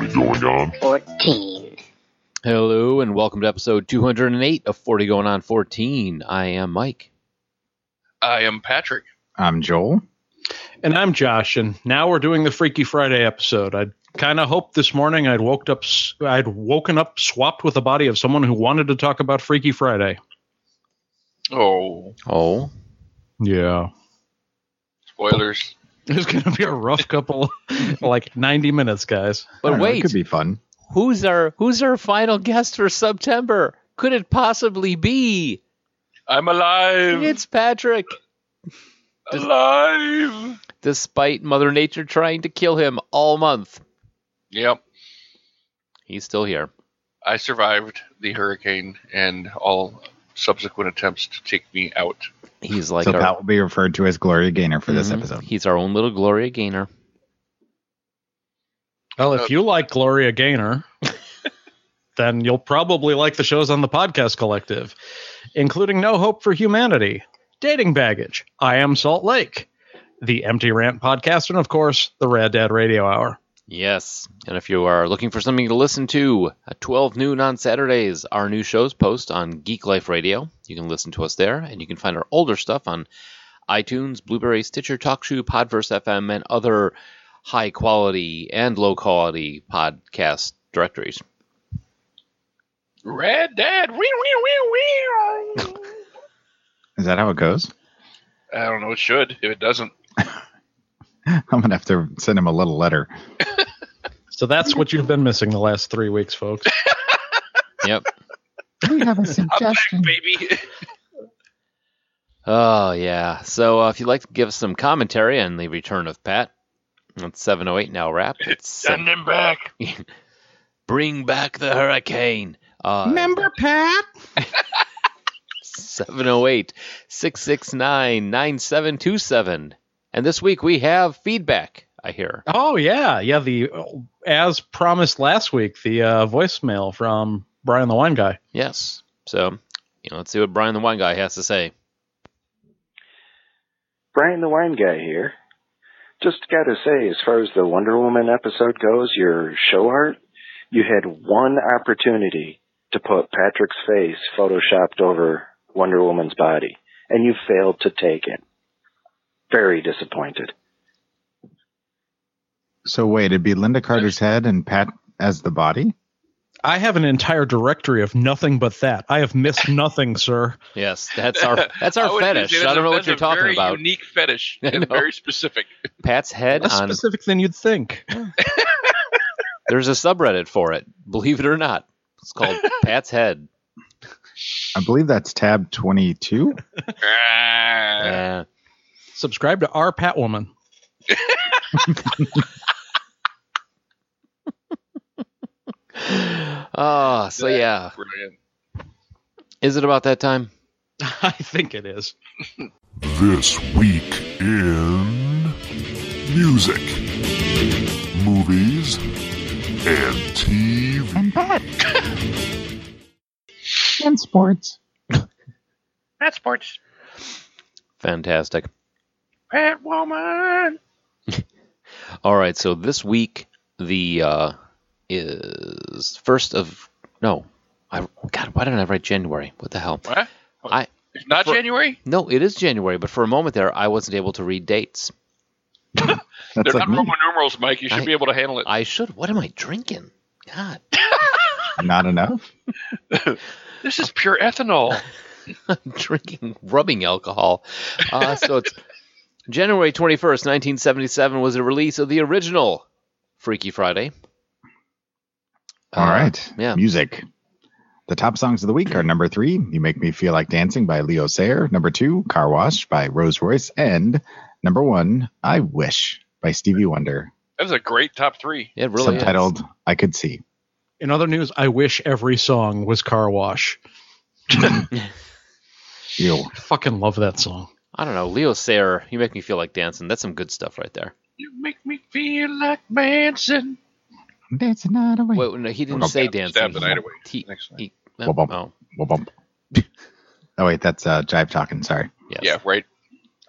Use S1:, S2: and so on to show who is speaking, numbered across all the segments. S1: on.
S2: 14.
S3: Hello and welcome to episode 208 of 40 Going On 14. I am Mike.
S1: I am Patrick.
S4: I'm Joel.
S5: And I'm Josh, and now we're doing the Freaky Friday episode. I kind of hoped this morning I'd woke up, I'd woken up swapped with the body of someone who wanted to talk about Freaky Friday.
S1: Oh,
S3: Oh,
S5: Yeah,
S1: spoilers.
S5: it's gonna be a rough couple, like 90 minutes, guys.
S4: I
S3: but
S4: don't know, it
S3: wait,
S4: could be fun.
S3: who's our who's our final guest for September? Could it possibly be?
S1: I'm alive.
S3: It's Patrick.
S1: alive.
S3: Despite Mother Nature trying to kill him all month,
S1: Yep,
S3: he's still here.
S1: I survived the hurricane and all subsequent attempts to take me out.
S3: He's like
S4: so
S3: our,
S4: that will be referred to as Gloria Gaynor for this
S3: Mhm.
S4: episode.
S3: He's our own little Gloria Gaynor.
S5: Well, if you like Gloria Gaynor, then you'll probably like the shows on the Podcast Collective, including No Hope for Humanity, Dating Baggage, I Am Salt Lake, the Empty Rant Podcast, and of course, the Rad Dad Radio Hour.
S3: Yes. And if you are looking for something to listen to at 12 noon on Saturdays, our new shows post on Geek Life Radio. You can listen to us there, and you can find our older stuff on iTunes, Blueberry, Stitcher, TalkShoe, Podverse FM, and other high quality and low quality podcast directories.
S1: Red Dad. Wee, wee, wee, wee.
S4: Is that how it goes?
S1: I don't know. It should. If it doesn't,
S4: I'm gonna have to send him a little letter.
S5: So that's what you've been missing the last three weeks, folks.
S3: Yep.
S4: We have a
S1: I'm back,
S4: suggestion.
S1: baby.
S3: Oh, yeah. So uh, if you'd like to give us some commentary on the return of Pat, it's 708 now wrap. It's
S1: Send him back.
S3: Bring Back the Hurricane. Uh,
S4: Remember Pat?
S3: 708 669 9727. And this week we have feedback, I hear.
S5: Oh yeah, yeah. The as promised last week, the uh, voicemail from Brian the Wine Guy.
S3: Yes. So, you know, let's see what Brian the Wine Guy has to say.
S6: Brian the Wine Guy here. Just gotta say, as far as the Wonder Woman episode goes, your show art, you had one opportunity to put Patrick's face photoshopped over Wonder Woman's body, and you failed to take it. Very disappointed.
S4: So wait, it'd be Linda Carter's head and Pat as the body?
S5: I have an entire directory of nothing but that. I have missed nothing, sir.
S3: Yes, that's our that's
S1: I
S3: our
S1: would
S3: fetish.
S1: say
S3: I don't know what
S1: that's a-
S3: you're
S1: that's a
S3: talking
S1: very
S3: about.
S1: Unique fetish.
S3: I
S1: and
S3: know.
S1: Very specific.
S3: Pat's head
S5: Less
S3: on
S5: specific than you'd think.
S3: there's a subreddit for it. Believe it or not, it's called Pat's head.
S4: I believe that's tab 22.
S1: Ah.
S3: Yeah.
S5: Subscribe to our Pat Woman.
S3: Oh, so yeah.
S1: Brilliant.
S3: Is it about that time?
S5: I think it is.
S7: This week in music, movies, and TV.
S4: And Pat. and sports.
S1: That's sports.
S3: Fantastic.
S1: Pat woman.
S3: All right, so this week the uh, is first of no, I God, why didn't I write January? What the hell?
S1: What?
S3: I-
S1: It's not
S3: For-
S1: January.
S3: No, it is January, but for a moment there, I wasn't able to read dates.
S4: That's
S1: They're
S4: like
S1: not
S4: me.
S1: Roman numerals, Mike. You should
S3: I-
S1: be able to handle it.
S3: I should. What am I drinking? God,
S4: Not enough.
S1: this is pure ethanol.
S3: I'm drinking rubbing alcohol. Uh, so it's January 21st, 1977 was the release of the original Freaky Friday.
S4: All
S3: Uh,
S4: right.
S3: yeah.
S4: Music. The top songs of the week are number three, You Make Me Feel Like Dancing by Leo Sayer, number two, Car Wash by Rose Royce, and number one, I Wish by Stevie Wonder.
S1: That was a great top three.
S3: It really is.
S4: subtitled I Could See.
S5: In other news, I wish every song was Car Wash.
S4: Ew.
S5: I fucking love that song.
S3: I don't know. Leo Sayer, you make me feel like dancing. That's some good stuff right there.
S1: You make me feel like Manson.
S4: That's another way.
S3: Wait, no, he didn't
S4: Well,
S3: say
S1: stab-
S3: dancing.
S1: stab the night away.
S3: He-
S1: Next night.
S3: he-
S4: Well, bump.
S3: oh,
S4: Well, bump. oh, wait, that's uh, Jive Talking. Sorry.
S3: yes.
S1: Yeah, right.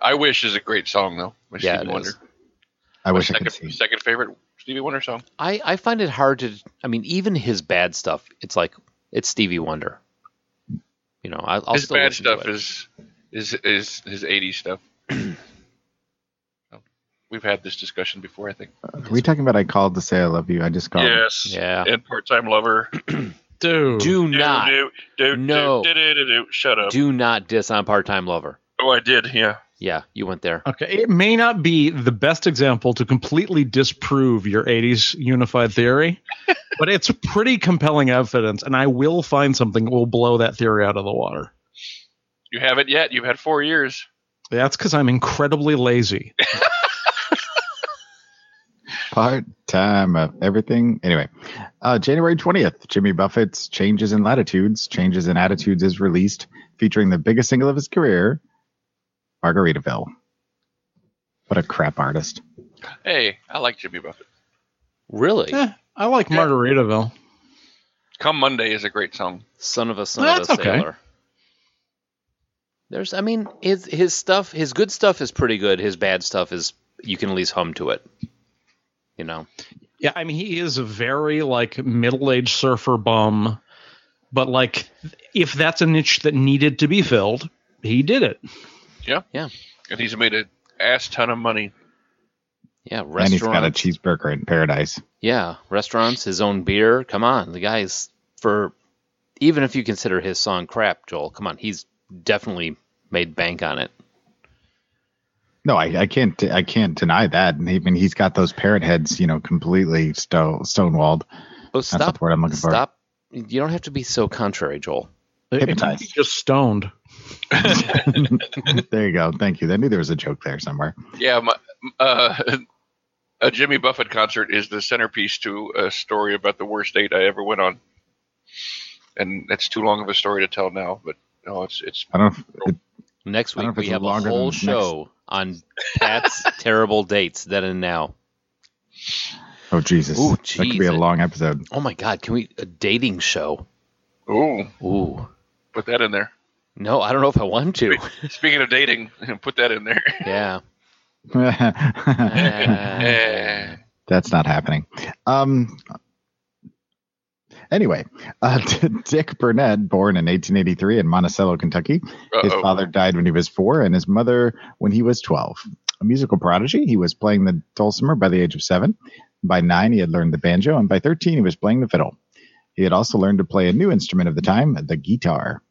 S1: I wish is a great song though. by
S3: Yeah,
S1: Stevie
S3: it
S1: Wonder.
S3: is.
S4: I
S1: My
S4: wish I
S1: second,
S4: could see.
S1: second favorite Stevie Wonder song.
S3: I, I find it hard to. I mean, even his bad stuff, it's like it's Stevie Wonder. You know, I, I'll
S1: his
S3: still
S1: bad
S3: listen to
S1: stuff
S3: it.
S1: is is is his '80s stuff. So, We've had this discussion before, I think.
S4: Are we talking about I called to say I love you? I just called.
S1: Yes.
S3: Um, yeah.
S1: And part-time lover.
S5: Dude.
S3: Do
S1: Do,
S3: not,
S1: do, do,
S3: No.
S1: do, do, do, do, do. Shut up.
S3: do not diss on part-time lover.
S1: Oh, I did. Yeah.
S3: Yeah, you went there.
S5: Okay, it may not be the best example to completely disprove your 80s unified theory, but it's pretty compelling evidence, and I will find something that will blow that theory out of the water.
S1: You haven't yet. You've had four years.
S5: That's because I'm incredibly lazy.
S4: Part time of everything. Anyway, uh, January 20th, Jimmy Buffett's Changes in Latitudes, Changes in Attitudes is released, featuring the biggest single of his career, Margaritaville. What a crap artist.
S1: Hey, I like Jimmy Buffett.
S3: Really?
S5: Eh, I like Margaritaville.
S1: Come Monday is a great song.
S3: Son of a son
S5: Well,
S3: of a
S5: that's okay.
S3: sailor. There's, I mean, his his stuff, his good stuff is pretty good. His bad stuff is you can at least hum to it. You know,
S5: Yeah, I mean, he is a very, like, middle aged surfer bum, but, like, if that's a niche that needed to be filled, he did it.
S1: And he's made an ass ton of money.
S3: yeah,
S4: And he's got a
S3: restaurants,
S4: cheeseburger in paradise.
S3: yeah, restaurants, his own beer. Come on, the guy's for even if you consider his song crap, Joel. Come on, he's definitely made bank on it.
S4: No, I, I can't. I can't deny that. And even he's got those parrot heads, you know, completely sto- stonewalled.
S3: Oh,
S4: the
S3: stop!
S4: word I'm looking for.
S3: stop! You don't have to be so contrary, Joel.
S5: It- it-
S4: Hypnotized.
S5: he's just stoned.
S4: there you go. Thank you. I knew there was a joke there somewhere.
S1: Yeah. My, uh, a Jimmy Buffett concert is the centerpiece to a story about the worst date I ever went on. And that's too long of a story to tell now, but no, it's it's
S4: I don't. know if-
S3: Next
S4: I don't know
S3: week
S4: if
S3: we
S4: it's
S3: have a
S4: longer
S3: whole
S4: than next-
S3: show on Pat's terrible dates then and now.
S4: oh Jesus!
S3: Ooh,
S4: that could be a
S3: jeez.
S4: long episode.
S3: Oh my God! Can we a dating show?
S1: ooh,
S3: Ooh,
S1: put that in there.
S3: no, I don't know if I want to.
S1: Speaking of dating, put that in there.
S3: yeah, Uh,
S1: Eh.
S4: That's not happening. Um. Anyway, uh, Dick Burnett, born in 1883 in Monticello, Kentucky, His
S1: Uh-oh.
S4: father died when he was four, and his mother when he was 12. A musical prodigy, he was playing the dulcimer by the age of seven. By nine, he had learned the banjo, and by 13, he was playing the fiddle. He had also learned to play a new instrument of the time, the guitar.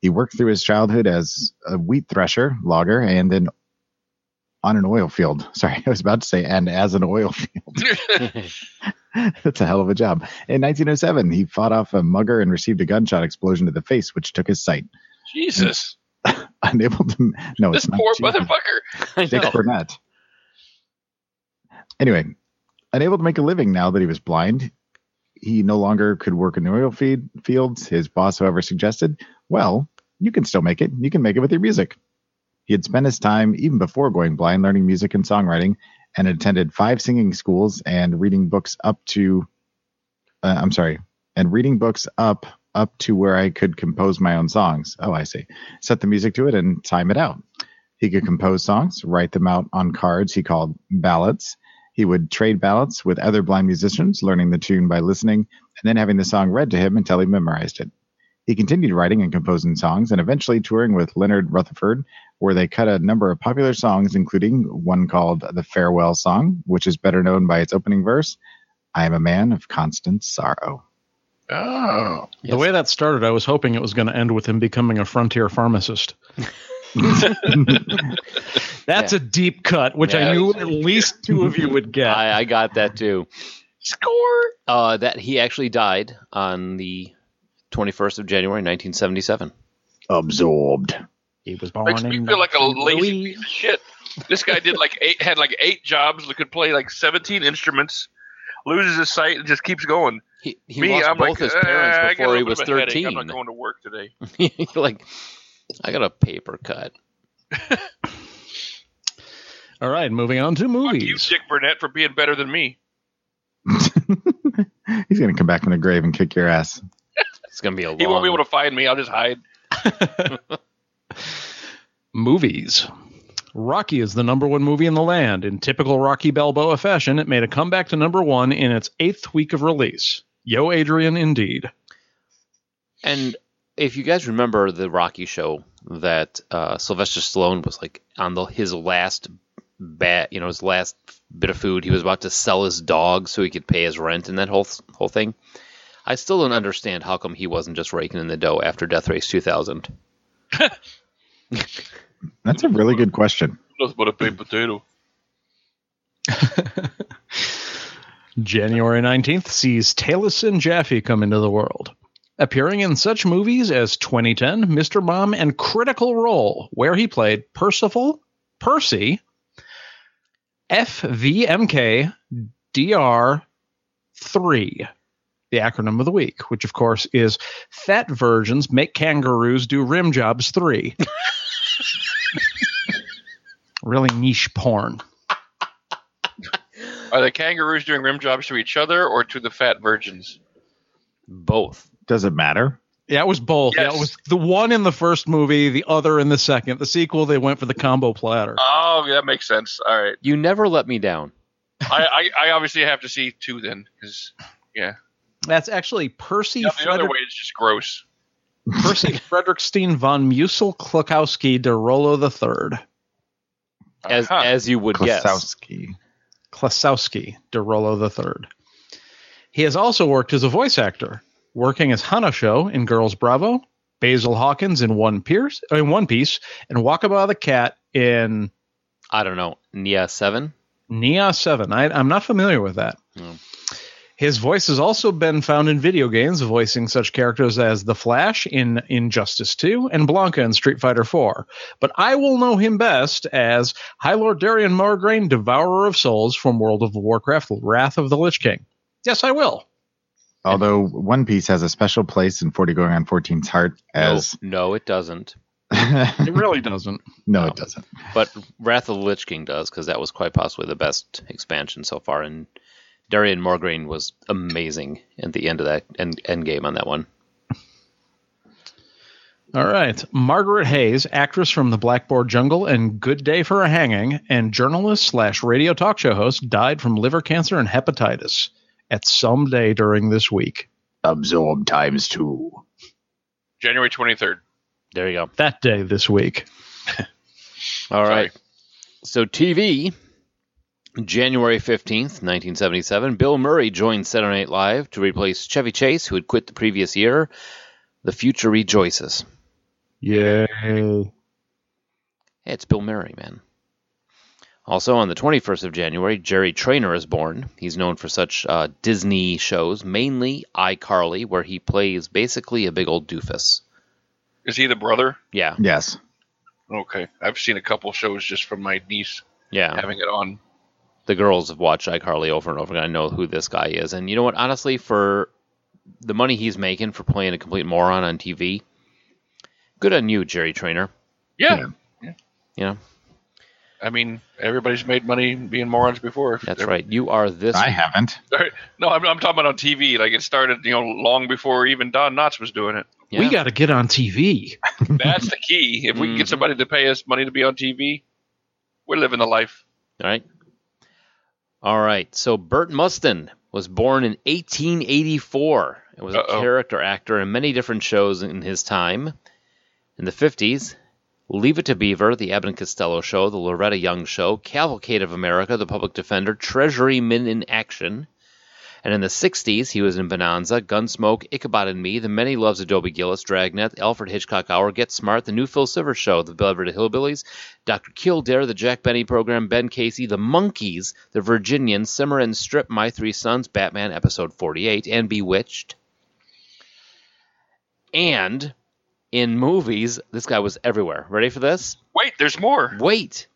S4: He worked through his childhood as a wheat thresher, logger, and an on an oil field. Sorry, I was about to say, and as an oil field. That's a hell of a job. In 1907, he fought off a mugger and received a gunshot explosion to the face, which took his sight.
S1: Jesus,
S4: Unable to. No,
S1: this
S4: it's not
S1: poor
S4: Jesus.
S1: motherfucker.
S3: I
S4: Dick
S3: know.
S4: Burnett. Anyway, unable to make a living now that he was blind, he no longer could work in the oil feed, fields. His boss, however, suggested, well, you can still make it. You can make it with your music. He had spent his time, even before going blind, learning music and songwriting and attended five singing schools and reading books up to, uh, I'm sorry, and reading books up up to where I could compose my own songs. Oh, I see. Set the music to it and time it out. He could compose songs, write them out on cards he called ballads. He would trade ballads with other blind musicians, learning the tune by listening and then having the song read to him until he memorized it. He continued writing and composing songs and eventually touring with Leonard Rutherford, where they cut a number of popular songs, including one called The Farewell Song, which is better known by its opening verse I am a man of constant sorrow.
S1: Oh,
S5: The way that started, I was hoping it was going to end with him becoming a frontier pharmacist. That's a deep cut, which
S3: Yeah.
S5: I knew at least two of you would get.
S3: I, I got that too.
S1: score.
S3: Uh, that he actually died on the 21st of January, 1977.
S4: Absorbed.
S5: he was born
S1: Makes me feel like a lazy
S5: Louis.
S1: piece of shit. This guy did like eight, had like eight jobs, could play like seventeen instruments, loses his sight, and just keeps going.
S3: He, he
S1: me,
S3: lost
S1: I'm
S3: both
S1: like,
S3: his
S1: "Ah, I
S3: parents
S1: got a
S3: before he
S1: little
S3: was
S1: bit of a headache.
S3: 13.
S1: I'm not going to work today.
S3: You're like, I got a paper cut.
S5: All right, moving on to
S1: Fuck you,
S5: movies.
S1: Dick Burnett, for being better than me.
S4: He's going to come back from the grave and kick your ass.
S3: It's gonna be a long.
S1: He won't be able to find me. I'll just hide.
S5: Movies. Rocky is the number one movie in the land. In typical Rocky Balboa fashion, it made a comeback to number one in its eighth week of release. Yo, Adrian, indeed.
S3: And if you guys remember the Rocky show that uh, Sylvester Stallone was like on the his last bat, you know, his last bit of food, he was about to sell his dog so he could pay his rent and that whole whole thing. I still don't understand how come he wasn't just raking in the dough after Death Race 2000.
S4: That's a really good question.
S1: Nothing but a big potato.
S5: January 19th sees Taliesin Jaffe come into the world. Appearing in such movies as 2010, Mr. Mom, and Critical Role, where he played Percival, Percy, FVMK DR3, the acronym of the week, which of course is Fat Virgins Make Kangaroos Do Rim Jobs 3. really niche porn.
S1: Are the kangaroos doing rim jobs to each other or to the fat virgins?
S3: Both.
S4: Does it matter?
S5: Yeah, it was both. Yeah,
S1: Yes.
S5: it was the one in the first movie, the other in the second. The sequel, they went for the combo platter.
S1: Oh, that makes sense. All right.
S3: You never let me down.
S1: I, I, I obviously have to see two then, because
S5: That's actually Percy
S1: the other
S5: Frederick,
S1: way is just gross.
S5: Percy Frederickstein von Musel Klukowski de Rolo III.
S3: As
S1: Uh-huh.
S3: as you would guess.
S4: Klosowski.
S5: Klasowski de Rolo III. He has also worked as a voice actor, working as Hanasho in Girls Bravo, Basil Hawkins in One Piece, in One Piece, and Wakaba the Cat in
S3: I don't know. Nia 7?
S5: Nia 7. I, I'm not familiar with that.
S3: No.
S5: His voice has also been found in video games, voicing such characters as The Flash in Injustice 2 and Blanca in Street Fighter 4. But I will know him best as High Lord Darien Margraine, Devourer of Souls from World of Warcraft, Wrath of the Lich King. Yes, I will.
S4: Although One Piece has a special place in 40 Going on 14's heart as.
S3: No, no, it doesn't.
S5: It really doesn't.
S4: no, it doesn't.
S3: But Wrath of the Lich King does, because that was quite possibly the best expansion so far. And Darian Morgraine was amazing at the end of that end, end game on that one.
S5: All right. Margaret Hayes, actress from The Blackboard Jungle and Good Day for a Hanging, and journalist slash radio talk show host, died from liver cancer and hepatitis at some day during this week.
S4: Absorb times two.
S1: January 23rd.
S3: There you go.
S5: That day this week.
S3: All
S1: Sorry.
S3: right. So TV, January 15th, 1977, Bill Murray joined Saturday Night Live to replace Chevy Chase, who had quit the previous year. The future rejoices.
S5: Yay.
S3: Hey, it's Bill Murray, man. Also on the 21st of January, Jerry Trainer is born. He's known for such uh, Disney shows, mainly iCarly, where he plays basically a big old doofus.
S1: Is he the brother?
S3: Yeah,
S4: Yes.
S1: Okay. I've seen a couple shows just from my niece
S3: yeah.
S1: having it on.
S3: the girls have watched iCarly over and over again. I know who this guy is. And you know what? Honestly, for the money he's making for playing a complete moron on TV, good on you, Jerry Trainer.
S1: Yeah.
S4: Yeah.
S3: You know,
S1: I mean, everybody's made money being morons before.
S3: that's right. You are this.
S4: I haven't.
S1: No, I'm, I'm talking about on TV. Like it started, you know, long before even Don Knotts was doing it.
S3: Yeah.
S5: We got to get on TV.
S1: That's the key. If we can
S3: Mhm.
S1: get somebody to pay us money to be on TV, we're living the life.
S3: All right. All right. So Bert Mustin was born in 1884. It was a
S1: Uh-oh.
S3: character actor in many different shows in his time. In the 50s, Leave It to Beaver, The Abbott and Costello Show, The Loretta Young Show, Cavalcade of America, The Public Defender, Treasury Men in Action. And in the 60s, he was in Bonanza, Gunsmoke, Ichabod and Me, The Many Loves of Dobie Gillis, Dragnet, Alfred Hitchcock Hour, Get Smart, The New Phil Silvers Show, The Beverly Hillbillies, Dr. Kildare, The Jack Benny Program, Ben Casey, The Monkeys, The Virginians, Simmer and Strip, My Three Sons, Batman Episode 48, and Bewitched. And in movies, this guy was everywhere. Ready for this?
S1: Wait, there's
S3: Mm-hmm.
S1: more.
S3: Wait!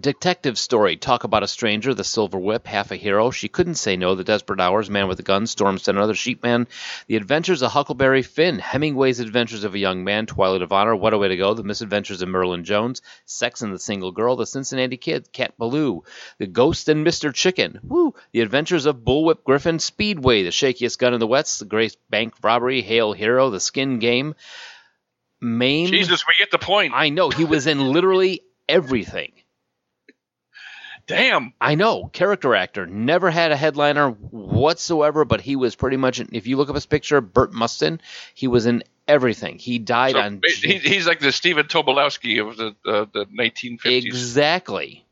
S3: Detective Story, Talk About a Stranger, The Silver Whip, Half a Hero, She Couldn't Say No, The Desperate Hours, Man with a Gun, Storm Center, The Sheepman, The Adventures of Huckleberry Finn, Hemingway's Adventures of a Young Man, Twilight of Honor, What a Way to Go, The Misadventures of Merlin Jones, Sex and the Single Girl, The Cincinnati Kid, Cat Ballou, The Ghost and Mr. Chicken, Woo, The Adventures of Bullwhip Griffin, Speedway, The Shakiest Gun in the West, The Grace Bank Robbery, Hail Hero, The Skin Game, Maine.
S1: Jesus, we get the point.
S3: I know he was in literally everything.
S1: Damn.
S3: I know, character actor. Never had a headliner whatsoever, but he was pretty much, if you look up his picture, Burt Mustin, he was in everything. He died
S1: So,
S3: on.
S1: he, he's like the Stephen Tobolowsky of the uh, the 1950s.
S3: Exactly.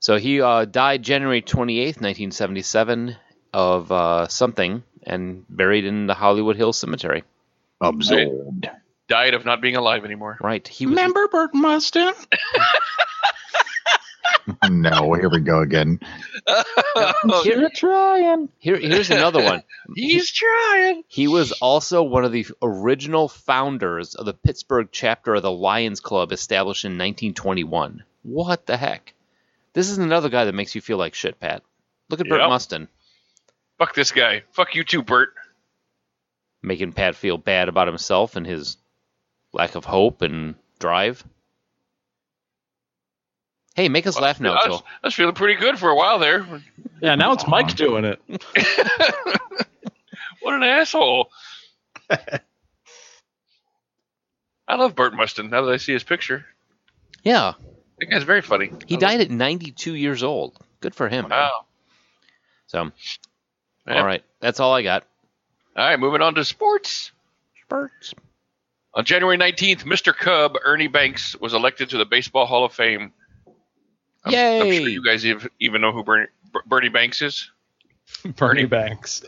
S3: So he uh, died January 28th, 1977, of uh, something, and buried in the Hollywood Hills Cemetery.
S4: Absorbed.
S1: Died of not being alive anymore.
S3: Right. He was.
S5: Remember Bert Mustin?
S4: no, here we go again.
S3: Here-
S4: trying.
S3: here, here's another one.
S1: he's trying.
S3: He was also one of the original founders of the Pittsburgh chapter of the Lions Club established in 1921. What the heck? This is another guy that makes you feel like shit, Pat. Look at Bert
S1: Yep.
S3: Mustin
S1: Fuck this guy. Fuck you too, Bert.
S3: making Pat feel bad about himself and his lack of hope and drive. Hey, make us laugh now,
S1: I, was,
S3: Joel.
S1: I was feeling pretty good for a while there.
S5: Yeah, now it's Mike doing it.
S1: What an asshole. I love Bert Mustin now that I see his picture.
S3: Yeah,
S1: That guy's very funny.
S3: he died at 92 years old. Good for him. man.
S1: Wow.
S3: So,
S1: Yep.
S3: all right, that's all I got.
S1: All right, moving on to sports.
S3: Spurts.
S1: On January 19th, Mr. Cub Ernie Banks was elected to the Baseball Hall of Fame. I'm, I'm sure
S3: Yay.
S1: you guys ev- even know who Bernie, Ber- Bernie Banks is.
S5: Bernie Banks.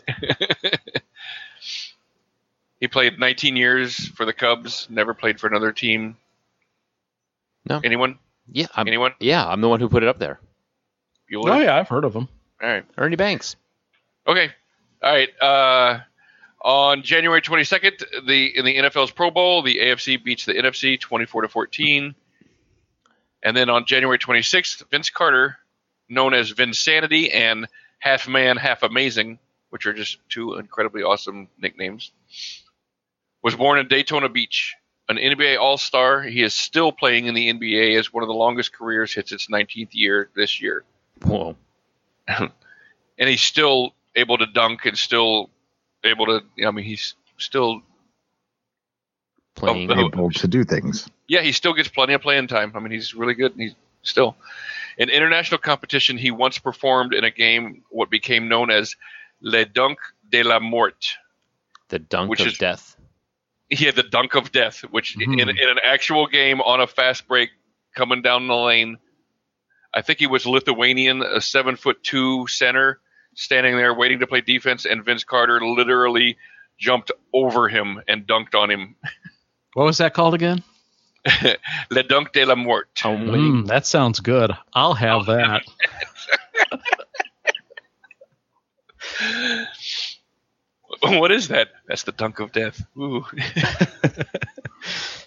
S1: He played 19 years for the Cubs, never played for another team.
S3: No. Um,
S1: Anyone?
S3: Yeah, I'm,
S1: Anyone?
S3: yeah, I'm the one who put it up there.
S1: You
S5: Oh yeah, I've heard of him.
S1: All right.
S3: Ernie Banks.
S1: Okay. All right. Uh, on January 22nd, the in the NFL's Pro Bowl, the AFC beats the NFC 24 to 14. And then on January 26th, Vince Carter, known as Vinsanity and Half Man, Half Amazing, which are just two incredibly awesome nicknames, was born in Daytona Beach. An NBA All Star, he is still playing in the NBA as one of the longest careers hits its 19th year this year
S3: Whoa.
S1: and he's still able to dunk and still able to. I mean, he's still.
S3: Playing.
S1: Oh,
S4: Able to do things.
S1: Yeah, he still gets plenty of playing time. I mean, he's really good. And he's still in international competition. He once performed in a game what became known as Le Dunk de la Mort.
S3: the dunk
S1: which
S3: of
S1: is-
S3: death.
S1: He had the dunk of death, which
S4: Mhm.
S1: in, in an actual game on a fast break coming down the lane, I think he was Lithuanian, a seven foot two center, standing there waiting to play defense, and Vince Carter literally jumped over him and dunked on him.
S5: What was that called again?
S1: Le dunk de la mort.
S3: I'm waiting.
S5: Mm, that sounds good. I'll have that.
S1: what is that? That's the dunk of death. Ooh.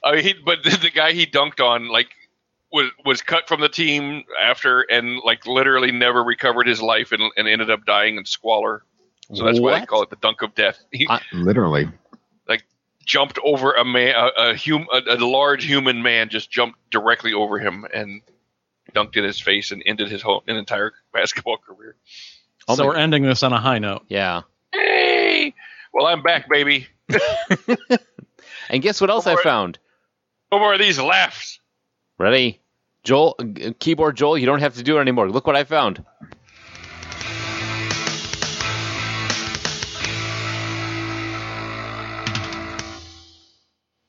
S1: I mean, he, but the, the guy he dunked on, like, was was cut from the team after, and like literally never recovered his life, and, and ended up dying in squalor. So that's why they
S3: What?
S1: call it the dunk of death. He
S3: I-
S4: Literally.
S1: jumped over a man, a, a, hum, a, a large human man, just jumped directly over him and dunked in his face, and ended his whole an entire basketball career.
S3: Oh
S5: so
S3: my-
S5: we're ending this on a high note.
S3: Yeah.
S1: Hey! Well, I'm back, baby.
S3: And guess what else I
S1: Alright.
S3: found?
S1: No more of these laughs.
S3: Ready? Joel, uh, keyboard Joel, you don't have to do it anymore. Look what I found.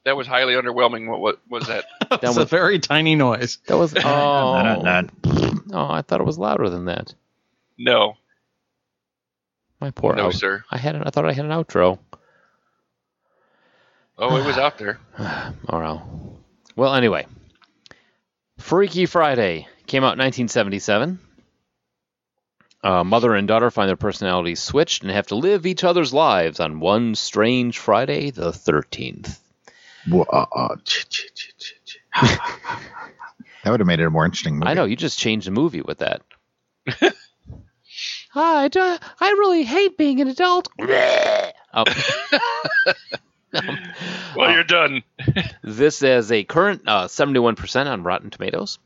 S1: That was highly underwhelming. What, what was that?
S5: That's
S3: That
S5: a
S3: was-
S5: very tiny noise.
S3: That was. Oh.
S4: Not-
S3: oh, I thought it was louder than that.
S1: No,
S3: My poor.
S1: no,
S3: out-
S1: sir.
S3: I had. An, I thought I had an outro.
S1: Oh, it was out there.
S3: Or I'll- Oh, Well, anyway. Freaky Friday came out in 1977. Uh, mother and daughter find their personalities switched and have to live each other's lives on one strange Friday, the 13th.
S4: Wha- uh, uh, ch- ch- ch- ch- ch- That would have made it a more interesting movie.
S3: I know, you just changed the movie with that. I, do, I really hate being an adult. Um,
S1: Well, you're done.
S3: This is a current uh, 71% on Rotten Tomatoes.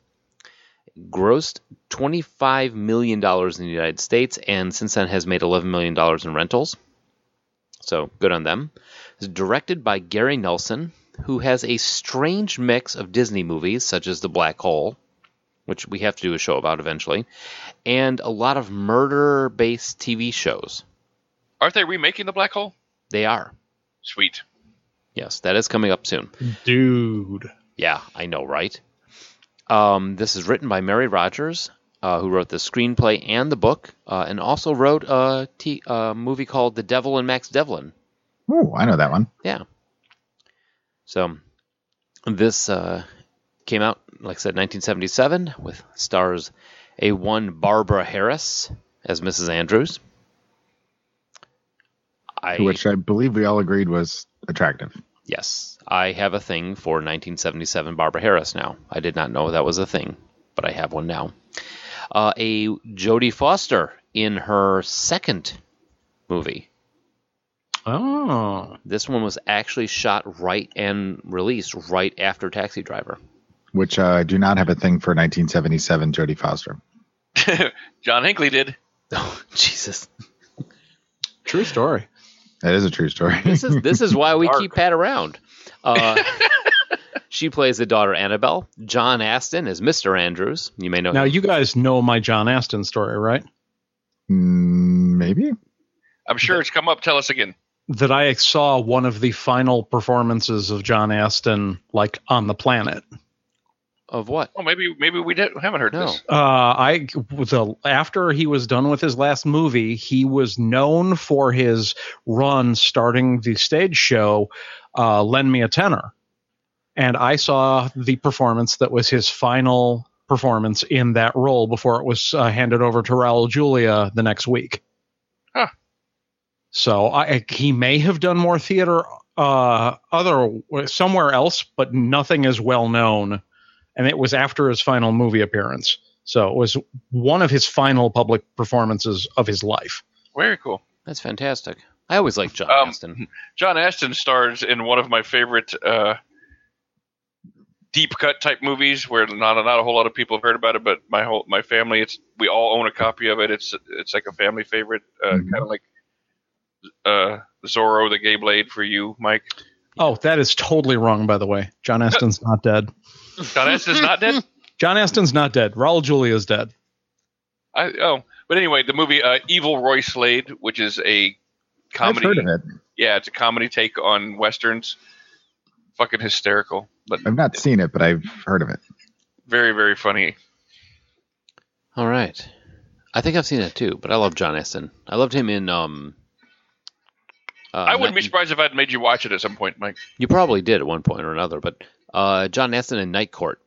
S3: Grossed $25 million in the United States and since then has made $11 million in rentals. So good on them. It's directed by Gary Nelson, who has a strange mix of Disney movies, such as The Black Hole, which we have to do a show about eventually, and a lot of murder based TV shows.
S1: Aren't they remaking the black hole?
S3: They are.
S1: Sweet.
S3: Yes, that is coming up soon.
S5: Dude.
S3: Yeah, I know, right? Um, this is written by Mary Rogers, uh, who wrote the screenplay and the book, uh, and also wrote a, t- a movie called The Devil and Max Devlin.
S4: Oh, I know that one.
S3: Yeah. So this uh, came out, like I said, 1977, with stars a one Barbara Harris as Mrs. Andrews. I
S4: Which I believe we all agreed was attractive.
S3: yes, I have a thing for 1977 Barbara Harris now. I did not know that was a thing, but I have one now. Uh, a Jodie Foster in her second movie.
S5: Oh.
S3: This one was actually shot right and released right after Taxi Driver.
S4: Which uh, I do not have a thing for 1977 Jodie Foster.
S1: John Hinckley did.
S3: Oh, Jesus.
S5: True story.
S4: That is a true story.
S3: This is this is why we keep Pat around. Uh, she plays the daughter Annabelle. John Aston is Mr. Andrews. You may know
S5: Now
S3: him.
S5: you guys know my John Aston story, right?
S4: Mm, maybe.
S1: I'm sure it's come up. Tell us again.
S5: That I saw one of the final performances of John Aston like on the planet.
S3: of what?
S1: Oh, maybe maybe we did, haven't heard
S3: No.
S1: this.
S5: Uh, I the after he was done with his last movie, he was known for his run starting the stage show, uh, "Lend Me a Tenor," and I saw the performance that was his final performance in that role before it was uh, handed over to Raul Julia the next week.
S1: Huh.
S5: So I, he may have done more theater uh, other somewhere else, but nothing is well known and it was after his final movie appearance. So it was one of his final public performances of his life.
S1: Very cool.
S3: That's fantastic. I always like John
S1: Um,
S3: Aston.
S1: John Aston stars in one of my favorite uh, deep cut type movies where not not a whole lot of people have heard about it, but my whole my family it's we all own a copy of it. It's it's like a family favorite, uh,
S4: Mhm.
S1: kind of like uh, Zorro the Gay Blade for you, Mike.
S5: Oh, that is totally wrong, by the way. John Aston's not dead.
S1: John Aston's not dead.
S5: John Aston's not dead. Raul Julia is dead.
S1: I oh, but anyway, the movie uh, Evil Roy Slade, which is a comedy.
S4: I've heard of it.
S1: Yeah, it's a comedy take on westerns. Fucking hysterical, but
S4: I've not seen it, but I've heard of it.
S1: very very funny.
S3: All right. I think I've seen that too, but I love John Aston. I loved him in um uh,
S1: I wouldn't be
S3: Night-
S1: surprised if I'd made you watch it at some point, Mike.
S3: You probably did at one point or another, but uh, John Aston in Night Court.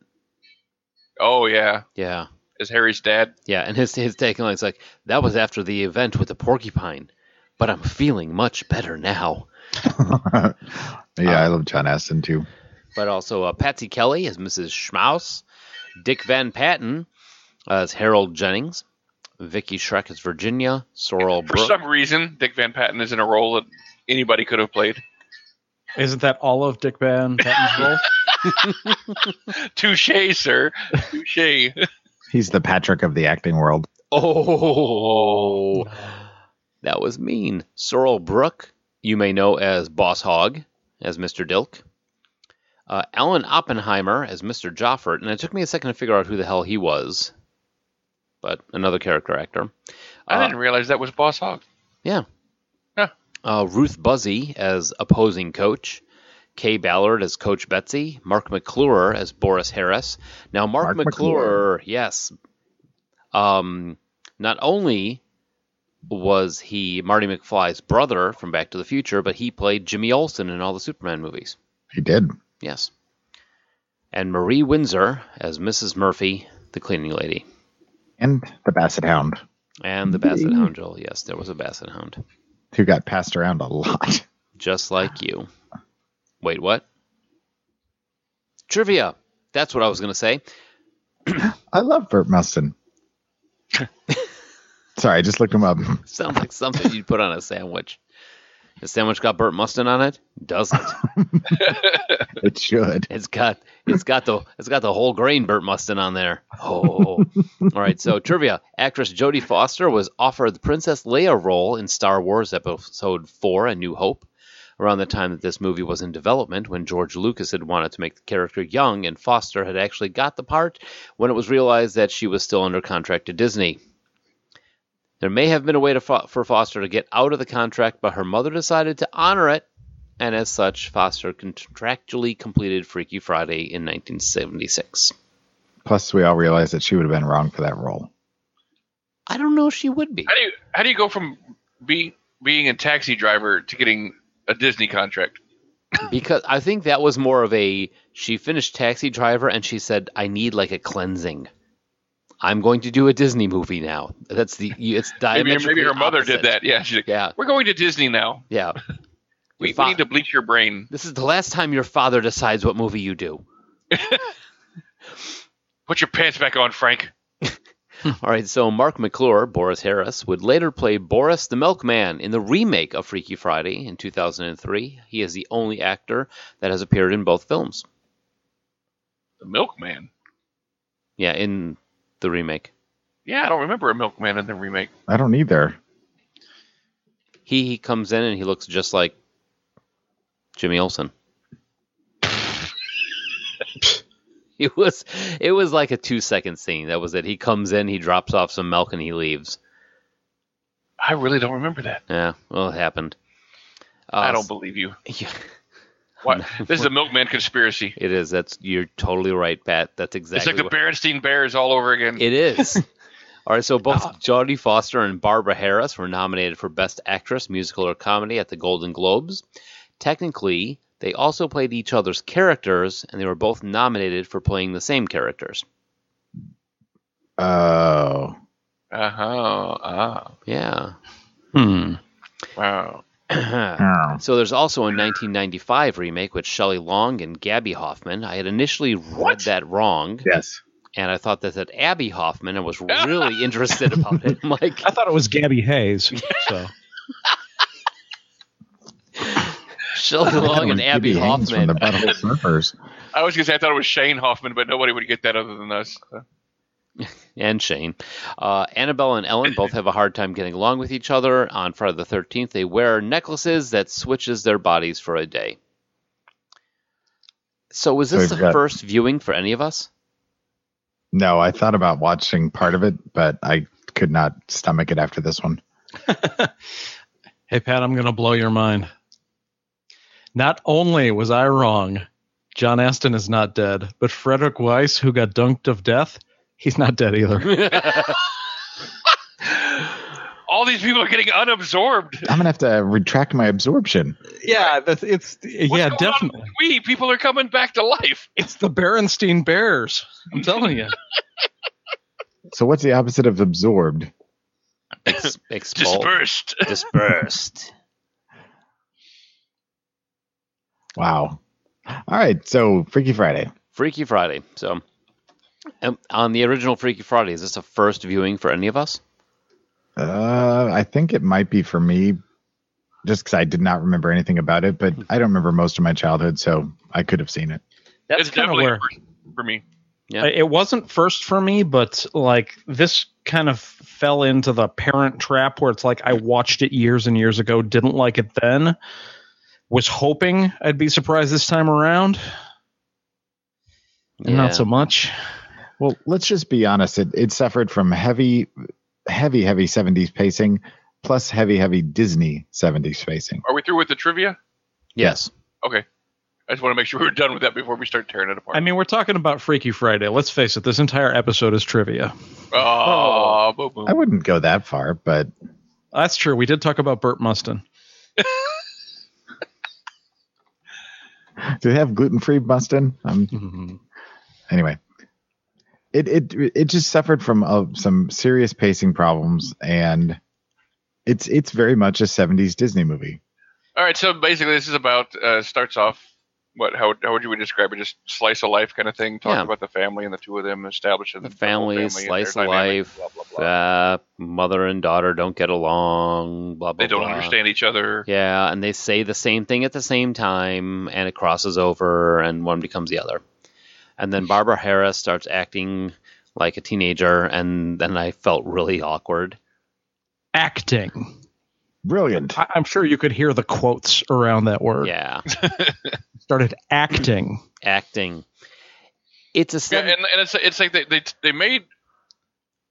S1: Oh yeah,
S3: Yeah.
S1: as Harry's dad.
S3: Yeah, and his his tagline is like, "That was after the event with the porcupine, but I'm feeling much better now."
S4: yeah, I love John Aston too.
S3: But also, uh, Patsy Kelly as Mrs. Schmaus, Dick Van Patten as Harold Jennings, Vicky Shrek as Virginia, Sorrel
S1: For
S3: Brooks.
S1: some reason, Dick Van Patten is in a role that anybody could have played.
S5: Isn't that all of Dick Van Patten's role?
S1: Touche, sir. Touche.
S4: He's the Patrick of the acting world.
S3: oh, that was mean. Sorrel Brook, you may know as Boss Hog, as Mr. Dilk. Uh, Alan Oppenheimer as Mr. Joffert, and it took me a second to figure out who the hell he was, but another character actor.
S1: I
S3: Uh,
S1: didn't realize that was Boss Hog.
S3: Yeah.
S1: Huh.
S3: Uh, Ruth Buzzy as opposing coach, Kay Ballard as Coach Betsy, Mark McClure as Boris Harris. Now, Mark,
S4: Mark
S3: McClure,
S4: McClure.
S3: yes, um, not only was he Marty McFly's brother from Back to the Future, but he played Jimmy Olsen in all the Superman movies.
S4: He did.
S3: Yes. And Marie Windsor as Mrs. Murphy, the cleaning lady.
S4: And the Basset Hound,
S3: And the Basset Hound, Joel. Yes, there was a Basset Hound.
S4: who got passed around a lot.
S3: just like you. Wait, what? Trivia. That's what I was going to say.
S4: I love Burt Mustin. Sorry, I just looked him up.
S3: Sounds like something you'd put on a sandwich. The sandwich got Burt Mustin on it? Doesn't.
S4: It should.
S3: It's got it's got the it's got the whole grain Burt Mustin on there. Oh. All right, so trivia. Actress Jodie Foster was offered the Princess Leia role in Star Wars episode 4 A New Hope. around the time that this movie was in development when George Lucas had wanted to make the character young and Foster had actually got the part when it was realized that she was still under contract to Disney. There may have been a way to fo- for Foster to get out of the contract, but her mother decided to honor it, and as such, Foster contractually completed Freaky Friday in 1976.
S4: Plus, we all realize that she would have been wrong for that role.
S3: I don't know if she would be.
S1: How do you how do you go from be, being a taxi driver to getting a Disney contract?
S3: because I think that was more of a she finished Taxi Driver and she said I need like a cleansing. I'm going to do a Disney movie now. That's the you- it's
S1: Maybe,
S3: diametrically
S1: maybe her mother
S3: opposite.
S1: did that. Yeah, she's like,
S3: Yeah,
S1: we're going to Disney now.
S3: yeah.
S1: We, we
S3: Fine.
S1: need to bleach your brain.
S3: This is the last time your father decides what movie you do.
S1: Put your pants back on, Frank.
S3: All right, so Mark McClure, Boris Harris, would later play Boris the Milkman in the remake of Freaky Friday in 2003. He is the only actor that has appeared in both films.
S1: The milkman.
S3: Yeah, in the remake.
S1: Yeah, I don't remember a milkman in the remake.
S4: I don't either.
S3: He, he comes in and he looks just like Jimmy Olsen. it was it was like a two second scene. That was it. He comes in, he drops off some milk, and he leaves.
S1: I really don't remember that.
S3: Yeah, well, it happened. Uh,
S1: I don't believe you.
S3: Yeah.
S1: What? This is a milkman conspiracy.
S3: It is. That's you're totally right, Pat. That's
S1: It's
S3: exactly.
S1: like the
S3: what-
S1: Berenstein Bears all over again.
S3: It is. All right, so both Jodie Foster and Barbara Harris were nominated for Best Actress, Musical or Comedy at the Golden Globes. Technically, they also played each other's characters, and they were both nominated for playing the same characters.
S4: Oh,
S1: Uh huh. Ah.
S3: Yeah.
S5: Hmm.
S1: Wow.
S4: Oh.
S3: so there's also a 1995 remake with Shelley Long and Gabby Hoffman. I had initially read that wrong,
S4: yes.
S3: and I thought that said Abby Hoffman, and was really interested about it. I'm like,
S5: I thought it was Gabby Hayes. So
S3: Shelley Long and Abby
S4: Gibby hangs
S3: Hoffman.
S4: from the Butthole Surfers.
S1: I was gonna say I thought it was Shane Hoffman, but nobody would get that other than us.
S3: and Shane. Uh, Annabelle and Ellen both have a hard time getting along with each other. On Friday the 13th, they wear necklaces that switches their bodies for a day. So was this
S4: So we've
S3: the
S4: got-
S3: first viewing for any of us?
S4: No, I thought about watching part of it, but I could not stomach it after this one.
S5: hey Pat, I'm gonna blow your mind. Not only was I wrong, John Aston is not dead, but Frederick Weiss, who got dunked of death, he's not dead either.
S1: All these people are getting unabsorbed.
S4: I'm gonna have to retract my absorption.
S5: yeah, that's it's
S1: What's
S5: yeah,
S1: going on?
S5: definitely.
S1: We people are coming back to life.
S5: It's the Berenstein Bears. I'm telling you.
S4: So what's the opposite of absorbed?
S3: Ex- expelled.
S1: Dispersed.
S3: Dispersed.
S4: Wow. All right, so Freaky Friday.
S3: Freaky Friday. So um, on the original Freaky Friday, is this a first viewing for any of us?
S4: Uh, I think it might be for me, just because I did not remember anything about it, but I don't remember most of my childhood, so I could have seen it.
S5: That's
S1: it's
S5: kind of
S1: definitely
S5: where
S1: first for me.
S3: Yeah.
S5: I- it wasn't first for me, but like this kind of fell into the parent trap where it's like I watched it years and years ago, didn't like it then, was hoping I'd be surprised this time around, and
S3: Yeah.
S5: not so much.
S4: Well, let's just be honest. It, it suffered from heavy, heavy, heavy 70s pacing, plus heavy, heavy Disney 70s pacing.
S1: Are we through with the trivia?
S3: Yes.
S1: Okay. I just want to make sure we're done with that before we start tearing it apart.
S5: I mean, we're talking about Freaky Friday. Let's face it, this entire episode is trivia.
S1: oh, boom, boom.
S4: I wouldn't go that far, but
S5: That's true. We did talk about Burt Mustin.
S4: do they have gluten free Mustin? Um, anyway it it it just suffered from uh, some serious pacing problems and it's it's very much a 70s disney movie
S1: All right. So basically, this is about uh, starts off. What? How, how would you describe it? Just slice of life kind of thing. Talk
S3: Yeah.
S1: about the family and the two of them establishing
S3: The
S1: whole
S3: family,
S1: and
S3: slice
S1: their
S3: of
S1: dynamic,
S3: life,
S1: Blah, blah, blah.
S3: Uh, mother and daughter don't get along. Blah blah.
S1: they don't
S3: blah.
S1: understand each other.
S3: Yeah, and they say the same thing at the same time, and it crosses over, and one becomes the other. And then Barbara Harris starts acting like a teenager, and then I felt really awkward.
S5: Acting.
S4: Brilliant.
S5: I- I'm sure you could hear the quotes around that word.
S3: Yeah,
S5: Started acting.
S3: acting. It's a
S1: Yeah,
S3: seven-
S1: and, and it's it's like they they they made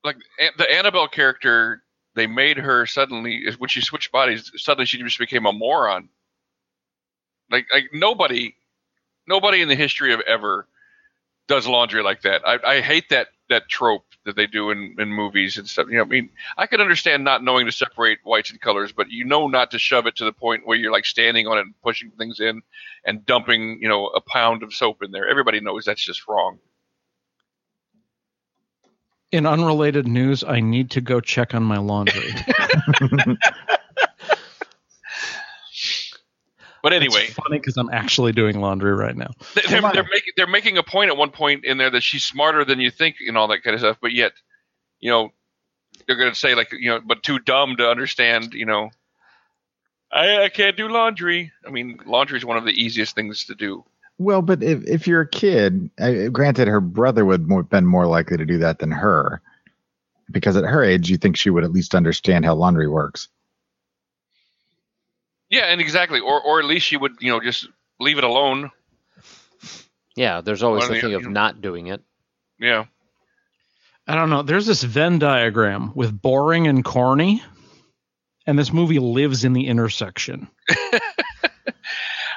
S1: like An- the Annabelle character. They made her suddenly when she switched bodies. Suddenly, she just became a moron. Like like nobody, nobody in the history of ever does laundry like that. I, I hate that that trope that they do in, in movies and stuff. You know, I mean, I could understand not knowing to separate whites and colors, but you know not to shove it to the point where you're like standing on it and pushing things in and dumping, you know, a pound of soap in there. Everybody knows that's just wrong.
S5: In unrelated news, I need to go check on my laundry.
S1: But anyway,
S5: it's funny because I'm actually doing laundry right now.
S1: They- They're,
S4: Come
S1: they're
S4: on.
S1: making they're making a point at one point in there that she's smarter than you think and all that kind of stuff. But yet, you know, they're going to say like you know, but too dumb to understand. You know, I, I can't do laundry. I mean, laundry is one of the easiest things to do.
S4: Well, but if, if you're a kid, I, granted, her brother would have been more likely to do that than her, because at her age, you think she would at least understand how laundry works.
S1: Yeah, and exactly, or or at least she would you know just leave it alone.
S3: yeah, there's always
S1: Well,
S3: the
S1: you-
S3: thing of
S1: you-
S3: not doing it.
S1: Yeah,
S5: I don't know. There's this Venn diagram with boring and corny, and this movie lives in the intersection.
S1: uh,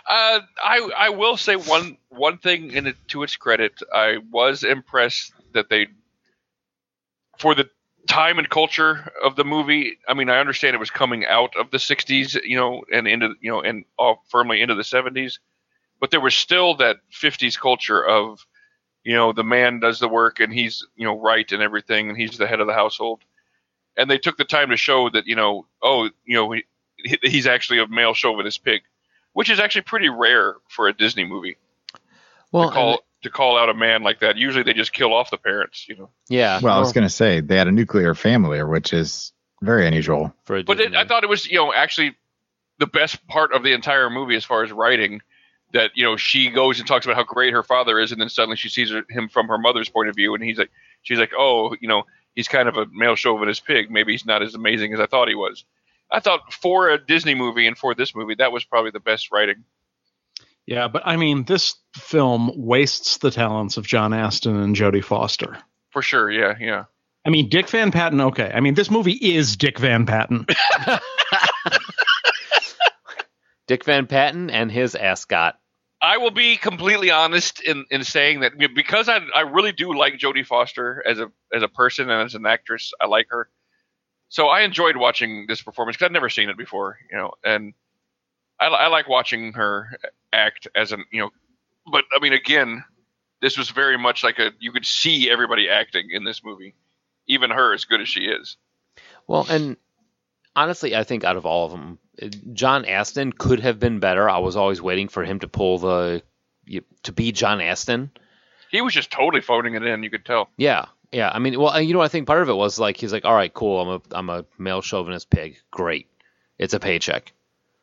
S1: I I will say one one thing in it, to its credit, I was impressed that they for the time and culture of the movie. I mean, I understand it was coming out of the '60s, you know, and into you know, and all firmly into the '70s, but there was still that '50s culture of, you know, the man does the work and he's you know right and everything, and he's the head of the household. And they took the time to show that you know, oh, you know, he, he- he's actually a male chauvinist pig, which is actually pretty rare for a Disney movie
S3: Well,
S1: to
S3: and-
S1: call to call out a man like that. Usually, they just kill off the parents, you know.
S3: yeah.
S4: Well, I was
S3: or
S4: going to say they had a nuclear family, which is very unusual.
S3: for a
S1: But
S3: Disney
S1: it, I
S3: movie.
S1: thought it was, you know, actually the best part of the entire movie as far as writing. That you know, she goes and talks about how great her father is, and then suddenly she sees her, him from her mother's point of view, and he's like, she's like, oh, you know, he's kind of a male chauvinist pig. Maybe he's not as amazing as I thought he was. I thought for a Disney movie and for this movie, that was probably the best writing.
S5: Yeah, but I mean, this film wastes the talents of John Aston and Jodie Foster.
S1: For sure, yeah, yeah.
S5: I mean, Dick Van Patten, okay. I mean, this movie is Dick Van Patten.
S3: Dick Van Patten and his ascot.
S1: I will be completely honest in, in saying that because I, I really do like Jodie Foster as a as a person and as an actress. I like her, so I enjoyed watching this performance because I'd never seen it before, you know. And I, li- I like watching her act as an you know, but I mean again, this was very much like a you could see everybody acting in this movie, even her as good as she is.
S3: Well, and honestly, I think out of all of them, John Aston could have been better. I was always waiting for him to pull the you- to be John Aston.
S1: He was just totally phoning it in. You could tell.
S3: Yeah, yeah. I mean, well, and you know, I think part of it was like he's like, all right, cool. I'm a I'm a male chauvinist pig. Great, it's a paycheck.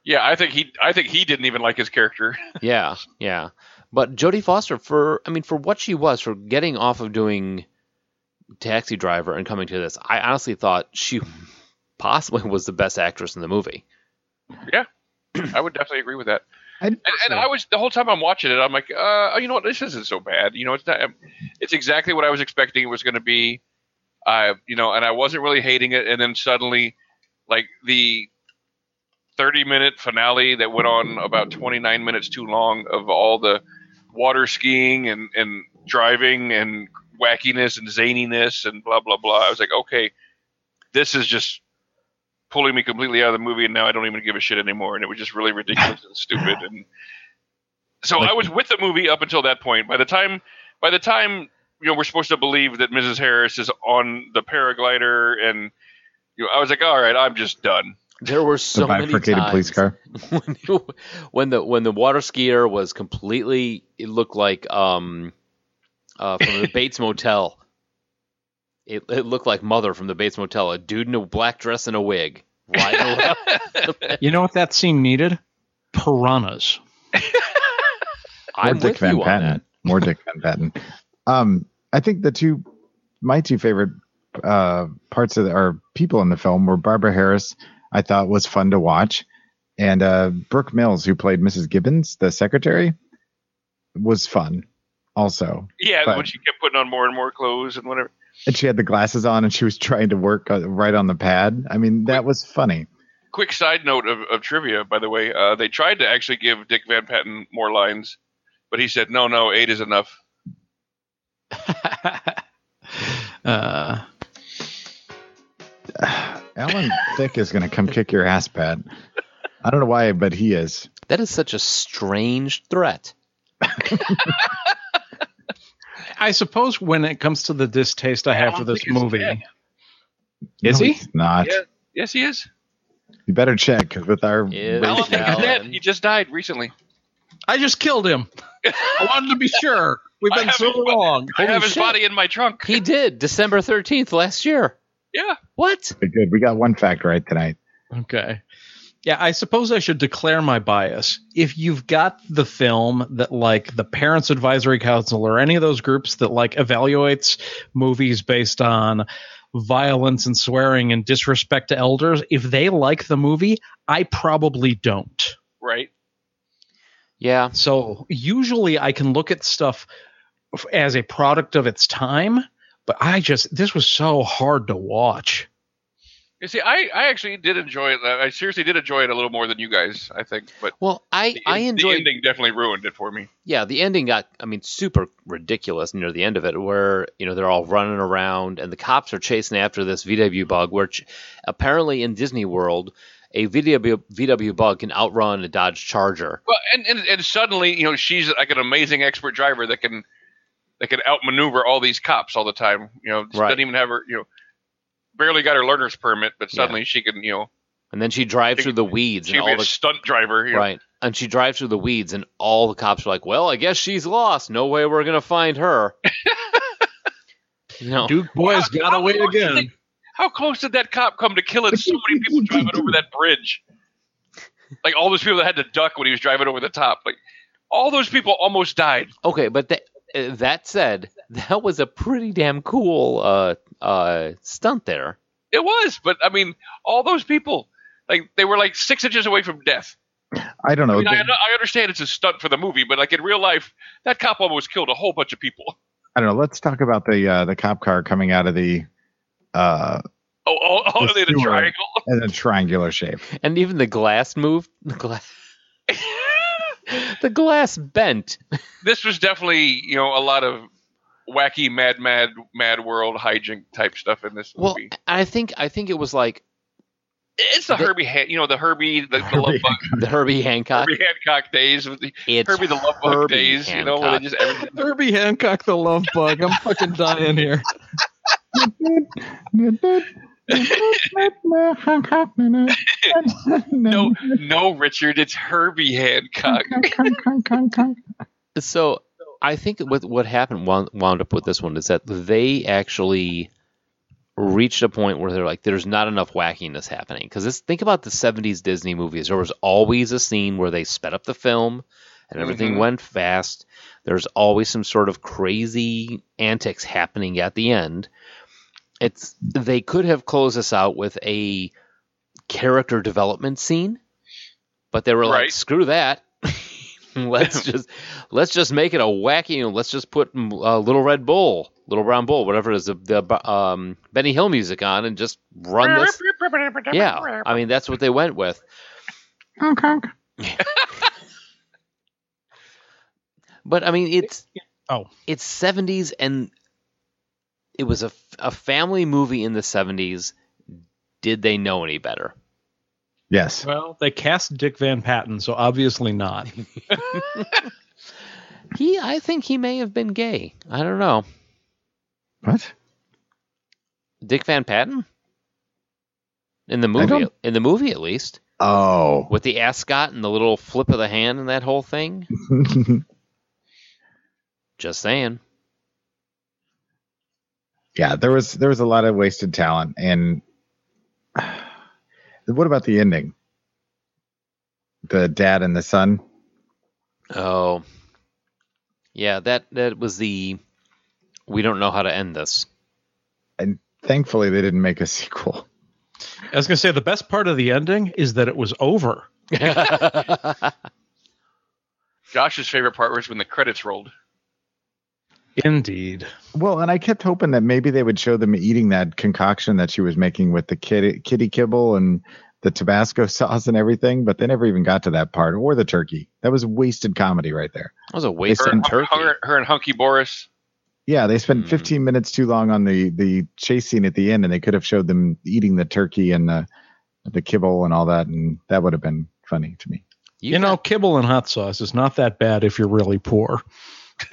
S1: Yeah, I think he I think he didn't even like his character.
S3: yeah, yeah. But Jodie Foster, for I mean, for what she was, for getting off of doing Taxi Driver and coming to this, I honestly thought she possibly was the best actress in the movie.
S1: I would definitely agree with that.
S4: I,
S1: And, and I was the whole time I'm watching it, I'm like, uh, oh, you know what? This isn't so bad. You know, it's not. It's exactly what I was expecting it was going to be. I, you know, and I wasn't really hating it. And then suddenly, like the 30 minute finale that went on about 29 minutes too long of all the water skiing and and driving and wackiness and zaniness and blah blah blah. I was like, okay, this is just pulling me completely out of the movie and now I don't even give a shit anymore and it was just really ridiculous and stupid and so I was with the movie up until that point. By the time by the time you know we're supposed to believe that Mrs. Harris is on the paraglider and you know, I was like, all right, I'm just done.
S3: There were
S4: the
S3: so many
S4: bifurcated
S3: times
S4: police car.
S3: when, you- when the when the water skier was completely, it looked like um, uh, from the Bates Motel. It, it looked like Mother from the Bates Motel, a dude in a black dress and a wig riding around.
S5: you know what that scene needed? Piranhas.
S4: More
S3: I'm
S4: Dick
S3: with
S4: Van
S3: you on
S4: Patten.
S3: that.
S4: More Dick Van Patten. Um, I think the two, my two favorite uh, parts of the, or people in the film were Barbara Harris I thought was fun to watch. And uh, Brooke Mills, who played Mrs. Gibbons, the secretary, was fun also.
S1: Yeah,
S4: But-
S1: when she kept putting on more and more clothes and whatever.
S4: And she had the glasses on and she was trying to work uh, right on the pad. I mean, that was funny.
S1: Quick side note of, of trivia, by the way, uh, they tried to actually give Dick Van Patten more lines, but he said, "No, no, eight is enough."
S5: uh,
S4: Alan Thick is going to come kick your ass, Pat. I don't know why, but he is.
S3: That is such a strange threat.
S5: I suppose when it comes to the distaste I have for this
S1: Alan Thicke is
S5: movie,
S1: dead.
S5: Is he?
S4: he's Not.
S1: Yeah. Yes, he is.
S4: You better check 'cause with our
S3: Yeah.
S1: Alan
S4: rating-
S3: Alan
S1: Thicke is dead. He just died recently.
S5: I just killed him. I wanted to be sure. We've
S1: I
S5: been so
S1: haven't-
S5: long.
S1: I
S3: Holy
S1: have his
S3: shit.
S1: body in my trunk.
S3: He did December 13th last year.
S1: Yeah.
S3: What?
S4: Pretty good. We got one fact right tonight.
S5: Okay. Yeah, I suppose I should declare my bias. If you've got the film that, like, the Parents Advisory Council or any of those groups that, like, evaluates movies based on violence and swearing and disrespect to elders, if they like the movie, I probably don't.
S1: Right.
S3: Yeah.
S5: So usually I can look at stuff f- as a product of its time, but I just, this was so hard to watch.
S1: You see, I, I actually did enjoy it. I seriously did enjoy it a little more than you guys, I think. But
S3: Well, I
S1: the,
S3: I
S1: the
S3: enjoyed
S1: ending definitely ruined it for me.
S3: yeah, the ending got, I mean, super ridiculous near the end of it, where you know they're all running around and the cops are chasing after this VW bug, which apparently in Disney World, a VW VW bug can outrun a Dodge Charger.
S1: Well, and, and and suddenly, you know, she's like an amazing expert driver that can that can outmaneuver all these cops all the time. You know, she
S3: Right.
S1: doesn't even have her. You know, barely got her learner's permit, but suddenly she can. You know,
S3: And then she drives
S1: She-
S3: through the weeds
S1: she
S3: and
S1: can be
S3: all
S1: a
S3: the
S1: stunt driver. You know.
S3: right, and she drives through the weeds and all the cops are like, "Well, I guess she's lost. No way we're gonna find her." you know,
S5: Duke Boy's
S1: Wow,
S5: got
S1: how
S5: away
S1: close did
S5: again.
S1: they- How close did that cop come to killing so many people driving over that bridge? Like all those people that had to duck when he was driving over the top. Like all those people almost died.
S3: Okay, but that uh, that said, that was a pretty damn cool uh uh stunt there.
S1: It was, but I mean, all those people, like they were like six inches away from death.
S4: I don't know.
S1: I mean, I,
S4: the-
S1: I understand it's a stunt for the movie, but like in real life, that cop almost killed a whole bunch of people.
S4: I don't know. Let's talk about the uh, the cop car coming out of the uh,
S1: Oh, oh, oh
S4: The
S1: they had a
S4: sewer.
S1: triangle.
S4: in a triangular shape.
S3: And even the glass moved. The glass, the glass bent.
S1: this was definitely, you know, a lot of wacky, mad, mad, mad world hijink type stuff in this
S3: Well,
S1: movie.
S3: I think I think it was like
S1: It's the
S3: the-
S1: Herbie, Han- you know, the Herbie, the, the love
S4: Herbie
S1: bug,
S3: the Herbie Hancock.
S1: Herbie Hancock days, with the,
S3: it's
S1: Herbie the love bug
S3: Herbie
S1: days, you know, where they
S3: Hancock.
S1: just everything.
S5: Herbie Hancock, the love bug. I'm fucking dying here.
S4: no.
S1: No, no, Richard, it's Herbie Hancock.
S3: So I think what what happened wound, wound up with this one is that they actually reached a point where they're like, there's not enough wackiness happening. Because think about the '70s Disney movies. There was always a scene where they sped up the film, and everything
S1: Mhm.
S3: went fast. There's always some sort of crazy antics happening at the end. It's they could have closed this out with a character development scene, but they were like,
S1: Right.
S3: screw that. let's just let's just make it a wacky. and Let's just put mm, uh, Little Red Bull, Little Brown Bull, whatever it is, the, the um, Benny Hill music on, and just run this. Yeah, I mean that's what they went with. But I mean, it's
S5: Oh.
S3: it's seventies, and it was a, f- a family movie in the seventies. Did they know any better?
S4: Yes.
S5: Well, they cast Dick Van Patten, so obviously not.
S3: He, I think he may have been gay. I don't know.
S4: What?
S3: Dick Van Patten in the
S4: I don't-
S3: movie, in the movie at least,
S4: Oh.
S3: with the ascot and the little flip of the hand and that whole thing. Just saying.
S4: yeah, there was there was a lot of wasted talent and what about the ending? The dad and the son?
S3: Oh, yeah that that was the. We don't know how to end this.
S4: Thankfully they didn't make a sequel.
S5: I was going to say the best part of the ending is that it was over.
S1: Josh's favorite part was when the credits rolled.
S5: Indeed.
S4: Well, and I kept hoping that maybe they would show them eating that concoction that she was making with the kitty, kitty kibble and the Tabasco sauce and everything, but they never even got to that part or the turkey. That was wasted comedy right there.
S3: That was a waste
S1: Her,
S3: in
S1: and
S3: turkey.
S1: her, her and Hunky Boris.
S4: Yeah, they spent
S3: Hmm.
S4: 15 minutes too long on the the chase scene at the end, and they could have showed them eating the turkey and the the kibble and all that, and that would have been funny to me.
S5: You, know, kibble and hot sauce is not that bad if you're really poor.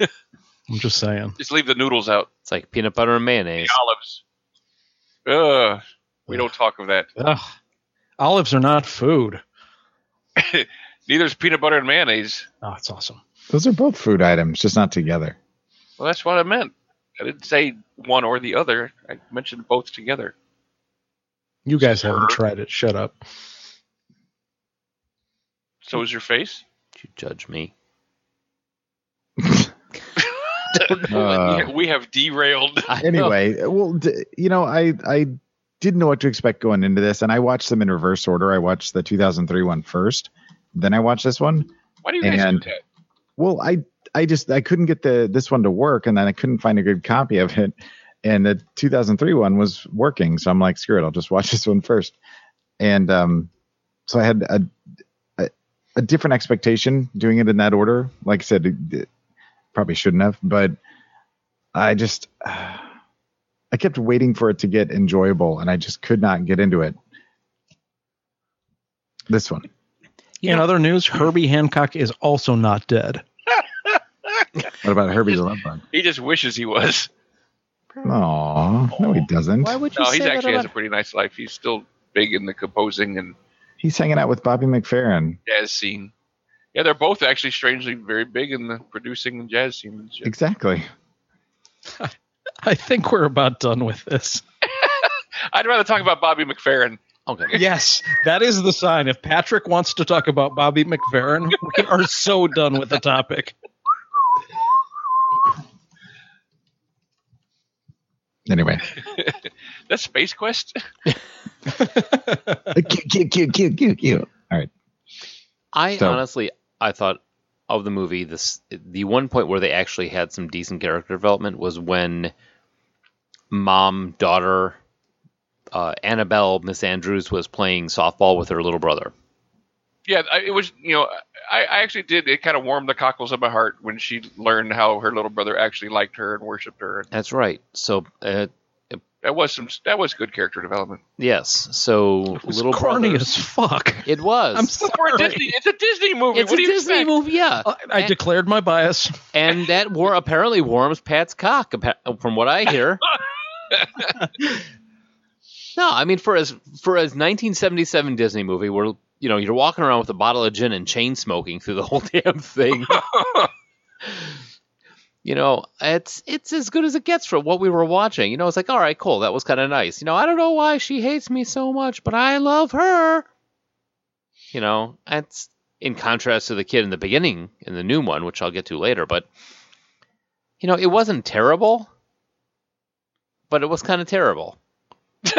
S5: I'm just saying.
S1: Just leave the noodles out.
S3: it's like peanut butter and mayonnaise.
S1: The olives. Ugh. We don't talk of that.
S5: Ugh. Olives are not food.
S1: Neither's peanut butter and mayonnaise.
S5: Oh, it's awesome.
S4: Those are both food items, just not together.
S1: Well, that's what I meant. I didn't say one or the other. I mentioned both together.
S5: You guys
S1: Sure.
S5: haven't tried it. Shut up.
S1: So is your face.
S3: You judge me.
S4: Uh,
S1: we have derailed.
S3: I know.
S4: anyway, well, d- you know, I I didn't know what to expect going into this, and I watched them in reverse order. I watched the 2003 one first, then I watched this one.
S1: Why do you guys
S4: And-
S1: do that?
S4: Well, I I just I couldn't get the this one to work, and then I couldn't find a good copy of it, and the 2003 one was working, so I'm like, screw it, I'll just watch this one first, and um, so I had a a, a different expectation doing it in that order. Like I said, it- it probably shouldn't have, but I just I kept waiting for it to get enjoyable, and I just could not get into it. This one.
S5: In other news, Herbie Hancock is also not dead.
S4: What about Herbie the Love Bug?
S1: He just wishes he was.
S4: Aw, no, he doesn't.
S3: Why would you
S1: No,
S3: say
S1: he
S3: that
S1: actually has a
S3: about-
S1: pretty nice life. He's still big in the composing and
S4: He's hanging out with Bobby McFerrin.
S1: jazz scene. Yeah, they're both actually strangely very big in the producing and jazz scene and shit.
S4: Exactly.
S5: I think we're about done with this.
S1: I'd rather talk about Bobby McFerrin.
S3: Okay.
S5: Yes, that is the sign. If Patrick wants to talk about Bobby McFerrin, we are so done with the topic.
S4: Anyway,
S1: That's Space Quest.
S4: cute, cute, cute, cute, cute, cute. All right.
S3: I
S4: So-
S3: honestly, I thought of the movie. This the one point where they actually had some decent character development was when mom daughter uh, Annabelle Miss Andrews was playing softball with her little brother.
S1: Yeah, I, it was. You know, I, I actually did. It kind of warmed the cockles of my heart when she learned how her little brother actually liked her and worshipped her.
S3: That's right. So uh,
S1: That was some. That was good character development.
S3: yes, so
S5: It's
S3: little
S5: corny
S3: brother.
S5: as fuck.
S3: It was.
S5: I'm
S1: We're a
S5: sorry.
S1: Disney, it's a Disney movie.
S3: it's
S1: what do
S3: a
S1: you
S3: Disney
S1: expect?
S3: movie, yeah.
S5: I, I declared my bias.
S3: and that war apparently warms Pat's cock, appa- from what I hear. no, I mean for as for as 1977 Disney movie, where you know you're walking around with a bottle of gin and chain smoking through the whole damn thing. you know, it's it's as good as it gets for what we were watching. You know, it's like all right, cool, that was kind of nice. You know, I don't know why she hates me so much, but I love her. You know, that's in contrast to the kid in the beginning in the new one, which I'll get to later, but you know, it wasn't terrible, but it was kind of terrible.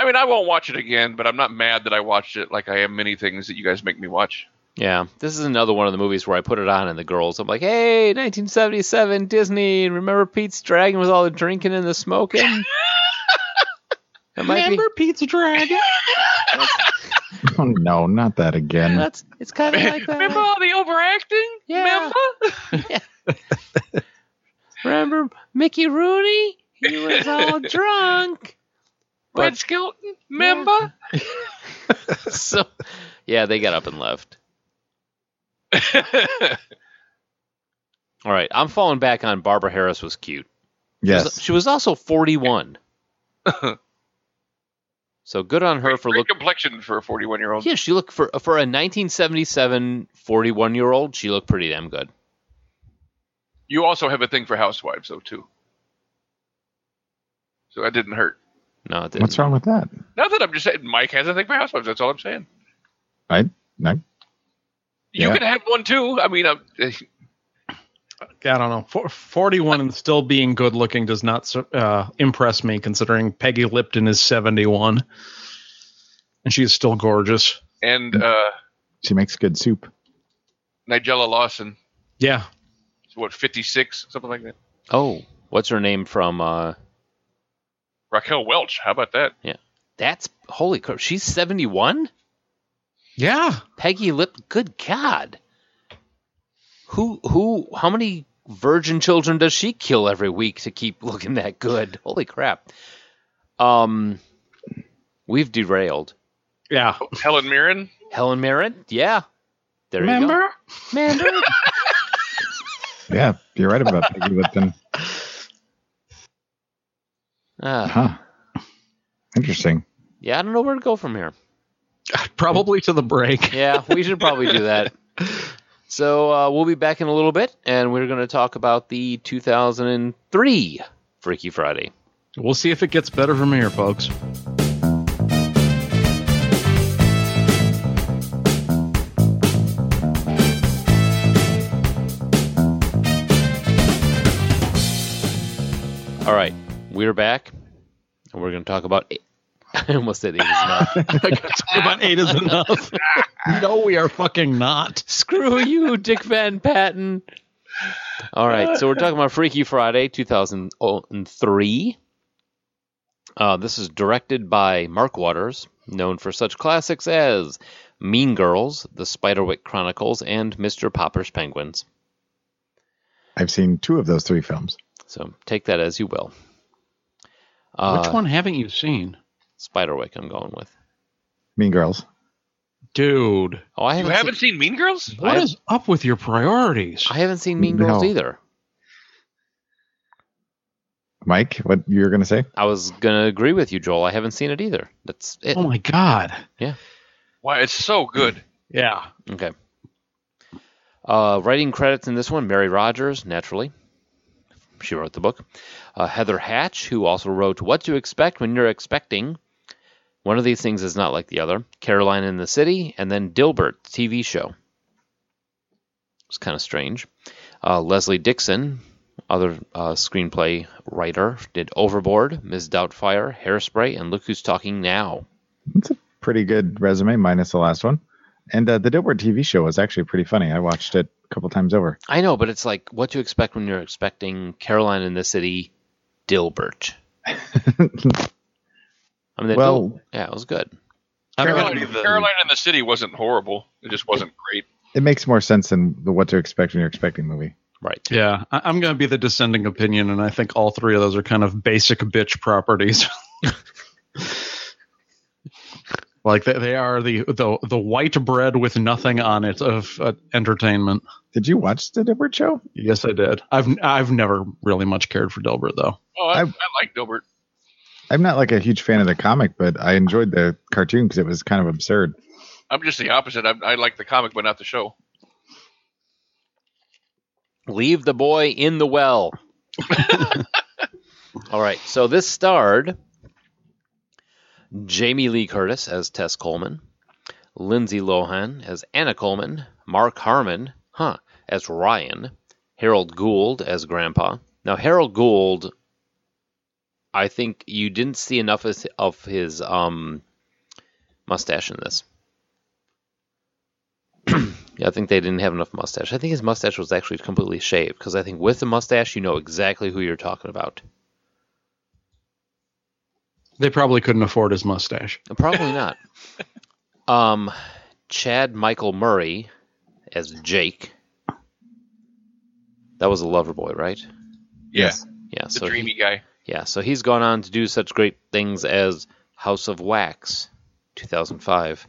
S1: I mean, I won't watch it again, but I'm not mad that I watched it. Like I am many things that you guys make me watch.
S3: Yeah, this is another one of the movies where I put it on and the girls, I'm like, hey, 1977 Disney, and remember Pete's Dragon with all the drinking and the smoking? that might be,
S5: Remember Pete's Dragon?
S4: Oh, no, not that again.
S3: that's, it's kind of like that.
S1: Remember all the overacting?
S3: Yeah.
S1: Remember?
S3: Remember Mickey Rooney? He was all drunk. But-
S1: Red Skelton? Remember?
S3: so, yeah, they got up and left. All right, I'm falling back on Barbara Harris was cute. She was-
S4: Yes.
S3: She was also 41. so good on her for
S1: Great
S3: looking.
S1: complexion for a 41 year old.
S3: Yeah, she looked for for a 1977 41 year old. She looked pretty damn good.
S1: You also have a thing for housewives, though, too. So that didn't hurt.
S3: No, it didn't.
S4: What's wrong with that?
S1: Not that I'm just saying Mike has a thing for housewives. That's all I'm saying.
S4: I, no.
S1: You
S4: Yeah.
S1: eh, can have one too. I mean, I'm,
S5: I don't know. For, 41 and still being good looking does not sur- uh, impress me considering Peggy Lipton is 71 and she's still gorgeous.
S1: And uh,
S4: She makes good soup.
S1: Nigella Lawson,
S5: Yeah.
S1: is, what, 56, something like that.
S3: Oh, what's her name from? Uh,
S1: Raquel Welch, how about that?
S3: that's holy crap. She's seventy-one.
S5: Yeah.
S3: Peggy Lip. Good God. Who who? How many virgin children does she kill every week to keep looking that good? Holy crap. Um, we've derailed.
S5: Yeah.
S1: Helen Mirren,
S3: Helen Mirren. Yeah. There you
S5: Remember?
S3: go. Remember.
S4: Yeah, you're right about Peggy Lipton.
S3: Ah.
S4: Huh. Interesting.
S3: Yeah, I don't know where to go from here.
S5: Probably to the break.
S3: Yeah, we should probably do that. So uh, we'll be back in a little bit, and we're going to talk about the 2003 Freaky Friday.
S5: We'll see if it gets better from here, folks.
S3: All right, we're back, and we're going to talk about. I almost said eight is enough.
S5: about eight is enough. no, we are fucking not.
S3: Screw you, Dick Van Patten. All right, so we're talking about Freaky Friday 2003. Uh, this is directed by Mark Waters, known for such classics as Mean Girls, The Spiderwick Chronicles, and Mr. Popper's Penguins.
S4: I've seen two of those three films.
S3: So take that as you will. Uh,
S5: Which one haven't you seen?
S3: Spiderwick, I'm going with.
S4: Mean Girls.
S5: Dude,
S3: Oh, I
S1: you
S3: haven't,
S1: haven't seen Mean Girls?
S5: What
S3: I-
S5: is up with your priorities?
S3: seen, I haven't seen Mean Girls
S4: No.
S3: either.
S4: Mike, what you were going to say?
S3: I was gonna agree with you, Joel. I haven't seen it either. That's it.
S5: oh my god.
S1: Why, it's so good.
S5: Yeah.
S3: Okay. Uh, writing credits in this one: Mary Rogers, naturally. She wrote the book. Uh, Heather Hatch, who also wrote "What to Expect When You're Expecting." One of these things is not like the other. Caroline in the City, and then Dilbert TV show. It's kind of strange. Uh, Leslie Dixon, other uh, screenplay writer, did Overboard, Ms. Doubtfire, Hairspray, and Look Who's Talking Now.
S4: It's a pretty good resume, minus the last one. And uh, the Dilbert TV show was actually pretty funny. I watched it a couple times over.
S3: I know, but it's like what to expect when you're expecting Caroline in the City, Dilbert. I mean, they
S4: Well-
S3: built- yeah, it was good.
S5: I don't
S1: Caroline,
S5: know.
S1: Caroline in the City wasn't horrible. It just wasn't great.
S4: It makes more sense than the What to Expect When You're Expecting movie.
S3: Right.
S5: Yeah, I- I'm going to be the descending opinion, and I think all three of those are kind of basic bitch properties. like they, they are the, the the white bread with nothing on it of uh, entertainment.
S4: Did you watch the Dilbert show?
S5: Yes, I did. I've I've never really much cared for Dilbert though.
S1: Oh, I, I,
S4: I-
S1: like Dilbert.
S4: I'm not like a huge fan of the comic, but I enjoyed the cartoon because it was kind of absurd.
S1: I'm just the opposite. I, I like the comic, but not the show.
S3: Leave the boy in the well. All right. So this starred Jamie Lee Curtis as Tess Coleman, Lindsay Lohan as Anna Coleman, Mark Harmon, huh, as Ryan, Harold Gould as Grandpa. Now Harold Gould, I think you didn't see enough of- of his um, mustache in this. Yeah, I think they didn't have enough mustache. I think his mustache was actually completely shaved because I think with the mustache, you know exactly who you're talking about.
S5: They probably couldn't afford his mustache.
S3: Probably not. um, Chad Michael Murray as Jake. That was a lover boy, right?
S1: Yes.
S3: Yeah.
S1: The
S3: so he-
S1: dreamy guy.
S3: yeah, so he's gone on to do such great things as House of Wax, 2005.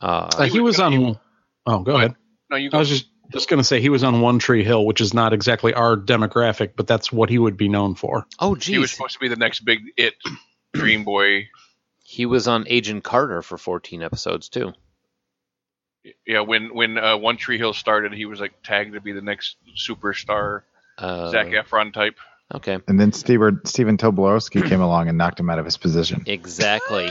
S3: Uh,
S5: Uh, he was on. Oh, go ahead.
S1: No, you
S5: I
S1: go.
S5: was just just going to say he was on One Tree Hill, which is not exactly our demographic, but that's what he would be known for.
S3: oh,
S1: He was
S3: geez.
S1: supposed to be the next big it, Dream Boy.
S3: He was on Agent Carter for 14 episodes, too.
S1: Yeah, when when uh, One Tree Hill started, he was like tagged to be the next superstar,
S3: Uh,
S1: Zac Efron type.
S3: Okay.
S4: And then Steven, Steven Tobolowsky came along and knocked him out of his position.
S3: Exactly.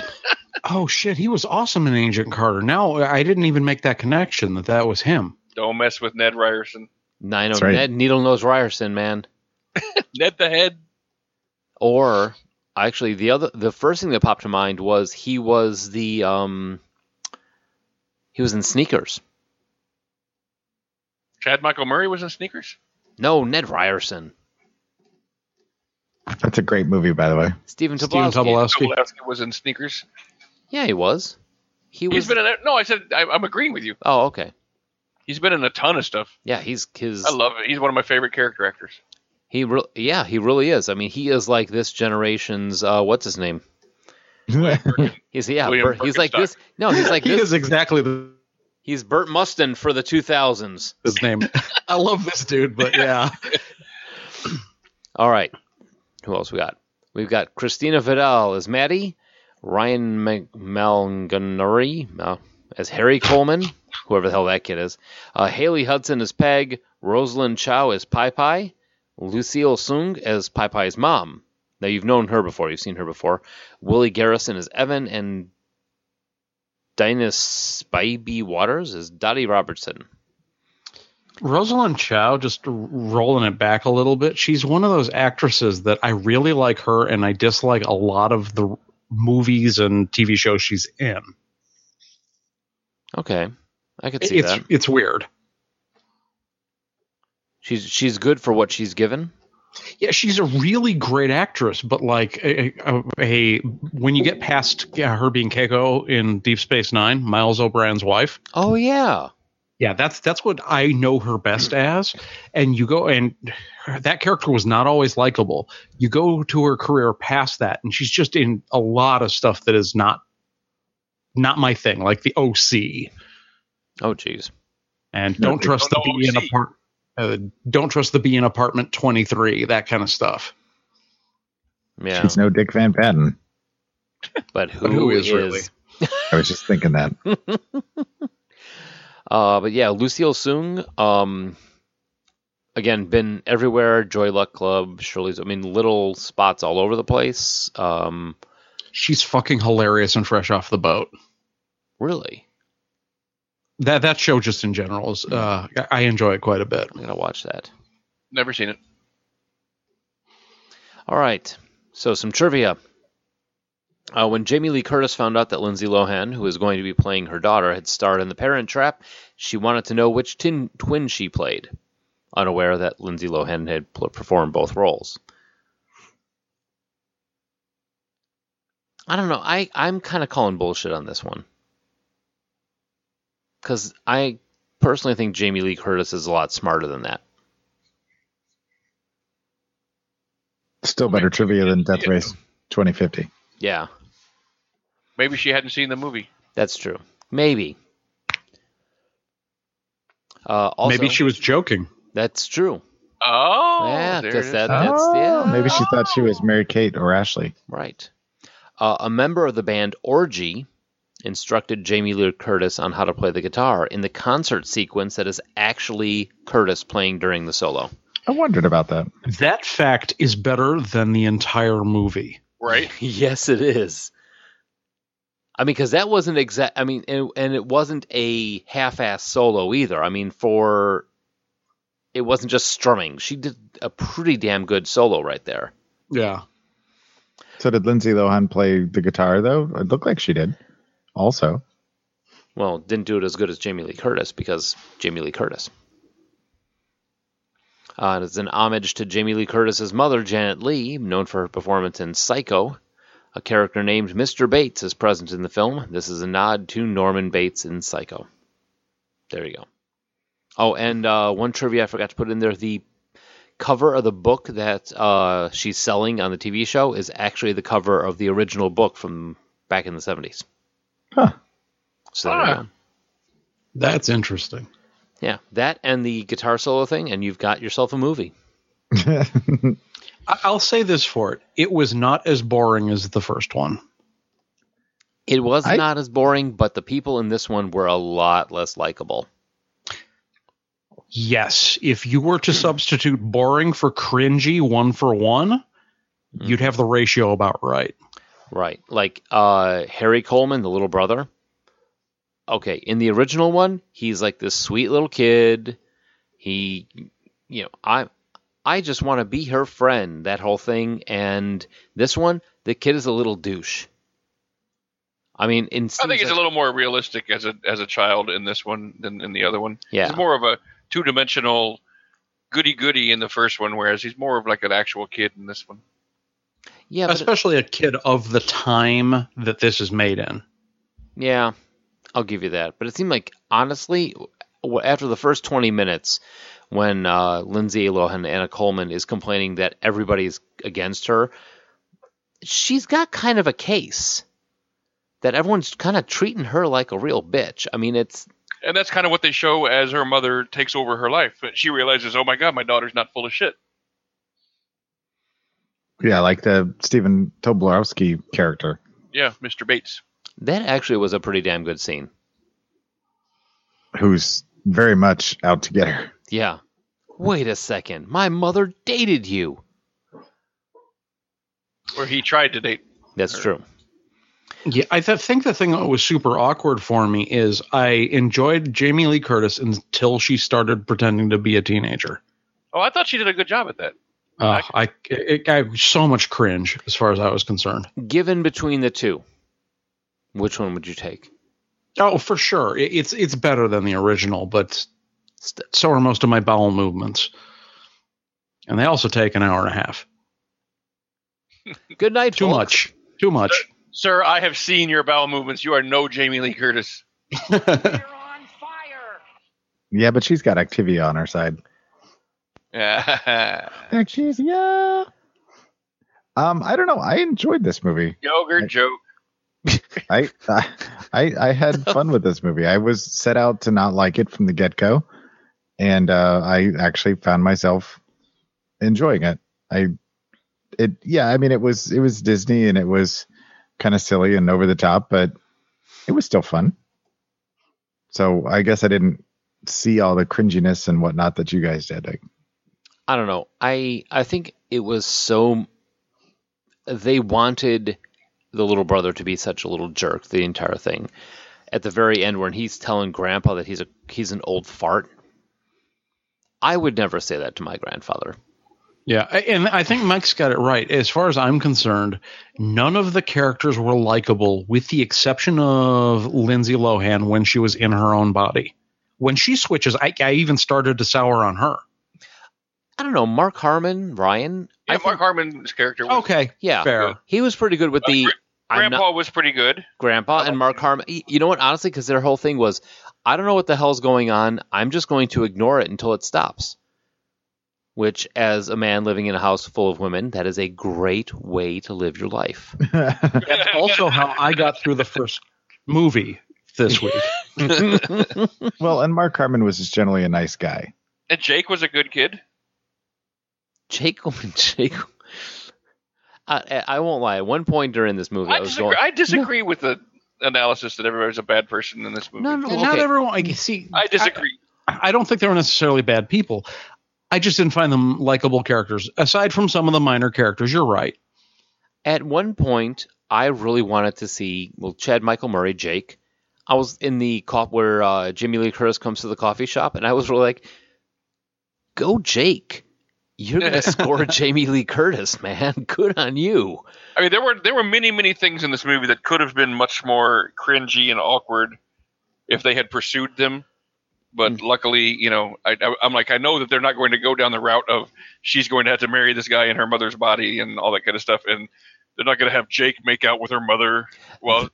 S5: Oh shit, he was awesome in Agent Carter. Now I didn't even make that connection that that was him.
S1: Don't mess with Ned Ryerson.
S3: Nine oh
S4: That's right.
S3: Ned Needle Nose Ryerson, man.
S1: Ned the Head.
S3: Or actually, the other the first thing that popped to mind was he was the um he was in sneakers.
S1: Chad Michael Murray was in Sneakers.
S3: No, Ned Ryerson,
S4: That's a great movie, by the way.
S3: Stephen
S5: Steven
S3: Tobolowsky.
S5: Tobolowsky.
S1: Kowalski was in Sneakers.
S3: Yeah, he was. He was.
S1: He's been in. A, no, I said I, I'm agreeing with you.
S3: oh, okay.
S1: He's been in a ton of stuff.
S3: Yeah, he's his.
S1: I love it. He's one of my favorite character actors.
S3: He re- yeah, he really is. I mean, he is like this generation's uh, what's his name? He's yeah,
S1: William
S3: Bert, he's like this. No, he's like
S5: He
S3: this.
S5: is exactly the,
S3: He's Bert Mustin for the 2000s.
S5: his name. I love this dude, but yeah.
S3: All right. Who else we got? We've got Christina Vidal as Maddie, Ryan Mag- Malganary uh, as Harry Coleman, whoever the hell that kid is, uh, Haley Hudson as Peg, Rosalind Chow as Pai Pai, Lucille Sung as Pai Pai's mom. Now, you've known her before, you've seen her before. Willie Garrison as Evan, and Dinah Spivey Waters as Dottie Robertson.
S5: Rosalind Chow, just rolling it back a little bit, she's one of those actresses that I really like her and I dislike a lot of the movies and TV shows she's in.
S3: Okay. I could see
S5: It's
S3: that.
S5: it's weird.
S3: She's, she's good for what she's given.
S5: Yeah, she's a really great actress, but like a, a, a when you get past yeah, her being Keiko in Deep Space 9, Miles O'Brien's wife,
S3: Oh, yeah.
S5: yeah, that's that's what I know her best as. And you go and her- that character was not always likable. You go to her career past that, and she's just in a lot of stuff that is not not my thing, like the OC.
S3: Oh, jeez.
S5: And
S4: No,
S5: don't trust the
S1: don't know
S5: B in
S1: OC.
S5: apart. Uh, don't trust the B in apartment twenty three. That kind of stuff.
S3: Yeah.
S4: She's no Dick Van Patten.
S3: but who,
S5: who
S3: is,
S5: is really?
S4: I was just thinking that.
S3: Uh, but yeah, Lucille Sung. Um, again, been everywhere. Joy Luck Club, Shirley's. I mean, little spots all over the place. Um,
S5: She's fucking hilarious and fresh off the boat.
S3: really,
S5: That that show just in general is uh, I- I enjoy it quite a bit.
S3: I'm gonna watch that.
S1: Never seen it.
S3: All right. So some trivia. Uh, when Jamie Lee Curtis found out that Lindsay Lohan, who is going to be playing her daughter, had starred in The Parent Trap, she wanted to know which tin, twin she played, unaware that Lindsay Lohan had pl- performed both roles. I don't know. I, I'm kind of calling bullshit on this one. Because I personally think Jamie Lee Curtis is a lot smarter than that.
S4: Still better trivia than Death Race 2050.
S3: Yeah.
S1: Maybe she hadn't seen the movie.
S3: That's true. Maybe. Uh, also,
S5: Maybe she was joking.
S3: That's true.
S1: Oh,
S3: yeah,
S1: there it
S3: 'cause
S1: is.
S3: that, that's yeah.
S4: Oh. Maybe she thought she was Mary Kate or Ashley.
S3: right. Uh, a member of the band Orgy instructed Jamie Lee Curtis on how to play the guitar in the concert sequence that is actually Curtis playing during the solo.
S4: I wondered about that.
S5: That fact is better than the entire movie.
S1: right.
S3: yes, it is. I mean, because that wasn't exact. I mean, and, and it wasn't a half-ass solo either. I mean, for it wasn't just strumming. She did a pretty damn good solo right there.
S5: Yeah.
S4: So did Lindsay Lohan play the guitar though? It looked like she did. Also,
S3: Well, didn't do it as good as Jamie Lee Curtis because Jamie Lee Curtis. Uh, and it's an homage to Jamie Lee Curtis's mother, Janet Lee, known for her performance in Psycho. A character named Mr. Bates is present in the film. This is a nod to Norman Bates in Psycho. There you go. Oh, and uh, one trivia I forgot to put in there the cover of the book that uh, she's selling on the TV show is actually the cover of the original book from back in the 70s.
S4: Huh.
S3: So there you
S1: Ah.
S3: go.
S5: That's interesting.
S3: Yeah, that and the guitar solo thing, and you've got yourself a movie.
S5: I- I'll say this for it. It was not as boring as the first one.
S3: It was
S4: I-
S3: not as boring, but the people in this one were a lot less likable.
S5: Yes. If you were to substitute boring for cringy one for one, you'd have the ratio about right.
S3: Right. Like uh, Harry Coleman, the little brother. Okay, in the original one, he's like this sweet little kid, He, you know, I, I just want to be her friend. That whole thing, and this one, the kid is a little douche. I mean, in
S1: I think it's a little more realistic as a as a child in this one than in the other one.
S3: Yeah.
S1: He's more of a two dimensional goody goody in the first one, whereas he's more of like an actual kid in this one.
S3: yeah, but,
S5: Especially a kid of the time that this is made in.
S3: yeah, I'll give you that. But it seemed like honestly, w- after the first twenty minutes, when uh, Lindsay Lohan Anna Coleman is complaining that everybody's against her, she's got kind of a case that everyone's kind of treating her like a real bitch. I mean, it's
S1: And that's kind of what they show as her mother takes over her life. But she realizes, oh my god, my daughter's not full of shit.
S4: Yeah, like the Stephen Tobolowsky character.
S1: Yeah, Mr. Bates.
S3: that actually was a pretty damn good scene.
S4: who's very much out to get her.
S3: Yeah. Wait a second. My mother dated you.
S1: Or he tried to date.
S3: That's true.
S5: Yeah, I th- think the thing that was super awkward for me is I enjoyed Jamie Lee Curtis until she started pretending to be a teenager.
S1: Oh, I thought she did a good job at that.
S5: Uh, I, it, I so much cringe as far as I was concerned.
S3: Given between the two, which one would you take?
S5: Oh, for sure, It- it's it's better than the original, but
S3: St-
S5: so are most of my bowel movements, and they also take an hour and a half.
S3: Good night.
S5: Too
S3: folks.
S5: much, too much.
S1: Sir, I have seen your bowel movements. You are no Jamie Lee Curtis.
S4: Yeah, but she's got Activia on her side.
S1: Yogurt
S4: Activia. Um, I don't know. I enjoyed this movie.
S1: joke.
S4: I I I, I had fun with this movie. I was set out to not like it from the get go, and uh, I actually found myself enjoying it. I it yeah. I mean, it was it was Disney and it was kind of silly and over the top, but it was still fun. So I guess I didn't see all the cringiness and whatnot that you guys did. I,
S3: I don't know. I I think it was so they wanted the little brother to be such a little jerk the entire thing. At the very end when he's telling grandpa that he's a he's an old fart. I would never say that to my grandfather.
S5: Yeah, I- and I think Mike's got it right. As far as I'm concerned, none of the characters were likable, with the exception of Lindsay Lohan when she was in her own body. When she switches, I, I even started to sour on her.
S3: I don't know, Mark Harmon, Ryan.
S1: Yeah,
S3: I
S1: Mark
S3: think-
S1: Harmon's character was
S5: Okay,
S3: yeah.
S5: fair.
S3: He was pretty good with
S1: Uh,
S3: the
S1: Gra-
S3: I'm
S1: Grandpa
S3: not
S1: was pretty good.
S3: grandpa and Mark Harmon. y- You know what? Honestly, because their whole thing was, I don't know what the hell's going on. I'm just going to ignore it until it stops. Which, as a man living in a house full of women, that is a great way to live your life.
S5: That's also how I got through the first movie this week.
S4: well, and Mark Harmon was just generally a nice guy.
S1: And Jake was a good kid.
S3: Jacob and Jacob. I, I- I won't lie. At one point during this movie, I,
S1: I
S3: was
S1: disagree,
S3: going.
S1: I disagree with the analysis that everybody's a bad person in this movie.
S3: No, no,
S5: And Not
S3: okay.
S5: everyone. I see.
S1: I disagree.
S5: I don't think they were necessarily bad people. I just didn't find them likable characters, aside from some of the minor characters. You're right.
S3: At one point, I really wanted to see well Chad Michael Murray, Jake. I was in the cop where uh, Jimmy Lee Curtis comes to the coffee shop, and I was really like, "Go, Jake! You're gonna score Jamie Lee Curtis, man. Good on you."
S1: I mean, there were there were many many things in this movie that could have been much more cringy and awkward if they had pursued them. But
S3: Hmm.
S1: luckily, you know, I, I, I'm like I know that they're not going to go down the route of she's going to have to marry this guy in her mother's body and all that kind of stuff, and they're not going to have Jake make out with her mother while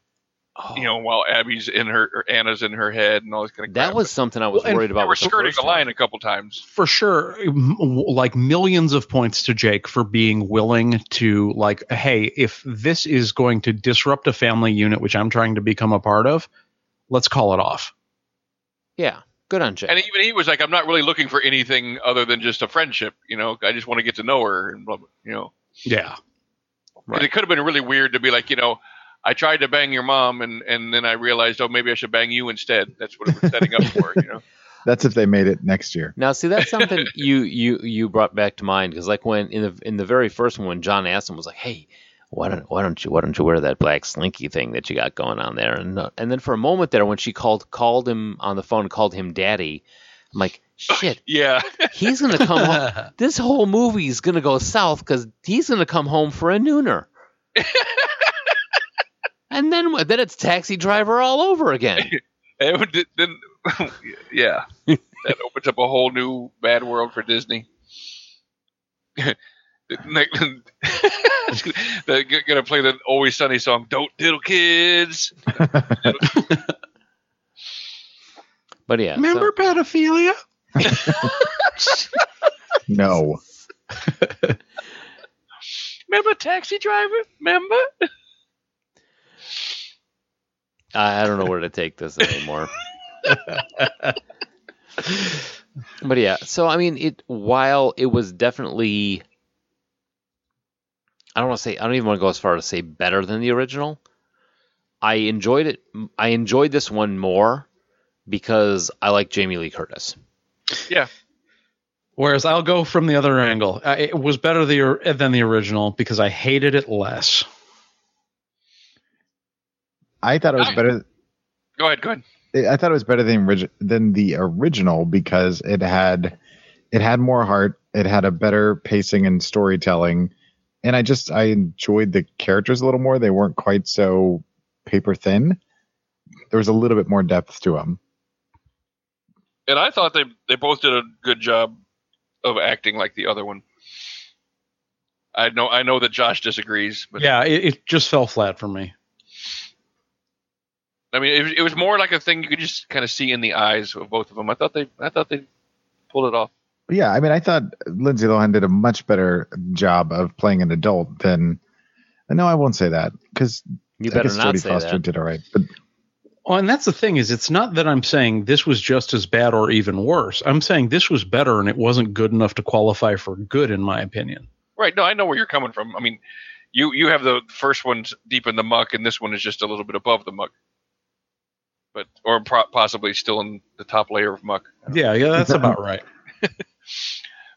S3: Oh,
S1: you know while Abby's in her or Anna's in her head and all this kind of
S3: that
S1: crap.
S3: was something I was
S5: Well, and
S3: worried
S1: they
S3: about.
S1: were
S3: with the
S1: skirting
S3: first
S1: the
S3: one.
S1: line a couple times.
S5: for sure m- like millions of points to Jake for being willing to like hey if this is going to disrupt a family unit which I'm trying to become a part of let's call it off
S3: Yeah, good on Jake.
S1: And even he was like, "I'm not really looking for anything other than just a friendship. You know, I just want to get to know her." And blah, blah, you know,
S5: yeah
S1: 'Cause it could have been really weird to be like, you know, I tried to bang your mom, and and then I realized, oh, maybe I should bang you instead. That's what it was setting up for. You know,
S4: That's if they made it next year.
S3: Now, see, that's something you you you brought back to mind because, like, when in the in the very first one, when John Aston was like, "Hey, why don't why don't you why don't you wear that black slinky thing that you got going on there?" and uh, and then for a moment there, when she called called him on the phone, called him daddy, I'm like, shit,
S1: Yeah.
S3: he's gonna come. home. This whole movie's gonna go south because he's gonna come home for a nooner. and then then it's taxi driver all over again.
S1: It would, then, yeah, that opens up a whole new bad world for Disney. They're gonna play the Always Sunny song. Don't diddle kids.
S3: But yeah, so-
S5: Remember pedophilia?
S4: No.
S1: Remember Taxi Driver? Remember?
S3: I I don't know where to take this anymore. but yeah, so I mean, it while it was definitely, I don't want to say, I don't even want to go as far as to say better than the original. I enjoyed it. I enjoyed this one more because I like Jamie Lee Curtis.
S5: Whereas I'll go from the other angle. I, it was better the, than the original because I hated it less.
S4: I thought it was
S1: Nice.
S4: better.
S1: Go ahead. Go ahead.
S4: I thought it was better than orig- than the original because it had it had more heart. It had a better pacing and storytelling, and I just I enjoyed the characters a little more. They weren't quite so paper thin. There was a little bit more depth to them.
S1: And I thought they they both did a good job of acting like the other one. I know I know that Josh disagrees, but
S5: yeah, it, it just fell flat for me.
S1: I mean it, was- it was more like a thing you could just kind of see in the eyes of both of them. I thought they I thought they pulled it off.
S4: But yeah, I mean, I thought Lindsay Lohan did a much better job of playing an adult than. No, I won't say that because
S3: You
S4: I
S3: better
S4: guess
S3: not
S4: Jodie
S3: say
S4: Foster
S3: that.
S4: did all right. But
S5: Oh, and that's the thing is, it's not that I'm saying this was just as bad or even worse. I'm saying this was better and it wasn't good enough to qualify for good, in my opinion.
S1: Right. No, I know where you're coming from. I mean, you you have the first one's deep in the muck, and this one is just a little bit above the muck, but or pro- possibly still in the top layer of muck.
S5: Yeah, yeah, that's about right.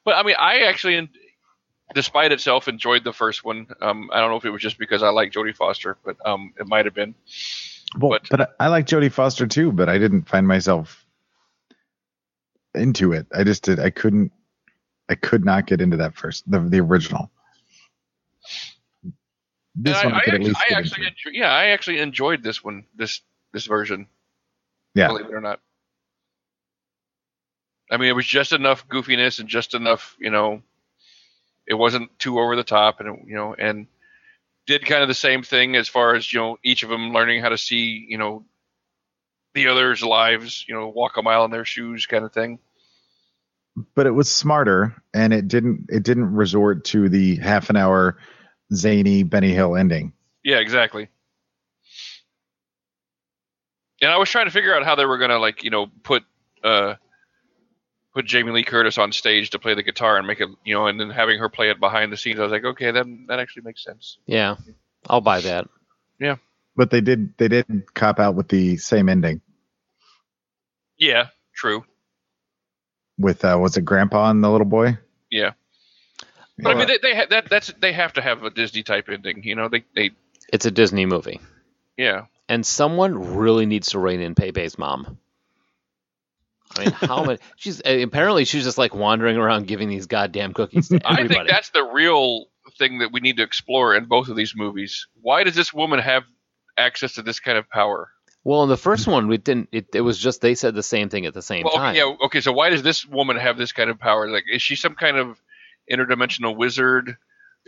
S1: But I mean, I actually, despite itself, enjoyed the first one. Um, I don't know if it was just because I like Jodie Foster, but um, it might have been.
S4: Well,
S1: But-
S4: but, I I like Jodie Foster too, but I didn't find myself into it. I just did. I couldn't. I could not get into that first the the original. This
S1: And
S4: one I, could at
S1: actually,
S4: least
S1: I
S4: get
S1: actually
S4: into.
S1: enjo- yeah, I actually enjoyed this one, this this version.
S4: Yeah.
S1: believe it or not. I mean, it was just enough goofiness and just enough, you know. It wasn't too over the top, and it, you know, and did kind of the same thing as far as you know, each of them learning how to see, you know, the others' lives, you know, walk a mile in their shoes, kind of thing.
S4: But it was smarter, and it didn't. It didn't resort to the half an hour zany Benny Hill ending.
S1: Yeah, exactly. And I was trying to figure out how they were gonna like you know put uh put Jamie Lee Curtis on stage to play the guitar and make it you know and then having her play it behind the scenes. I was like, okay, that that actually makes sense.
S3: Yeah, I'll buy that.
S4: But they did. They did cop out with the same ending
S1: Yeah, true.
S4: with uh, was it Grandpa and the little boy?
S1: Yeah, but
S4: Yeah.
S1: I mean they, they ha- that that's they have to have a Disney type ending. You know they they
S3: It's a Disney movie,
S1: yeah
S3: and someone really needs to rein in Pepe's mom. I mean, how many? She's eh, apparently she's just like wandering around giving these goddamn cookies to everybody.
S1: I think that's the real thing that we need to explore in both of these movies. Why does this woman have access to this kind of power?
S3: well, in the first one, we didn't. It, it was just they said the same thing at the same
S1: Well,
S3: time.
S1: okay, yeah, okay. So why does this woman have this kind of power? Like, is she some kind of interdimensional wizard?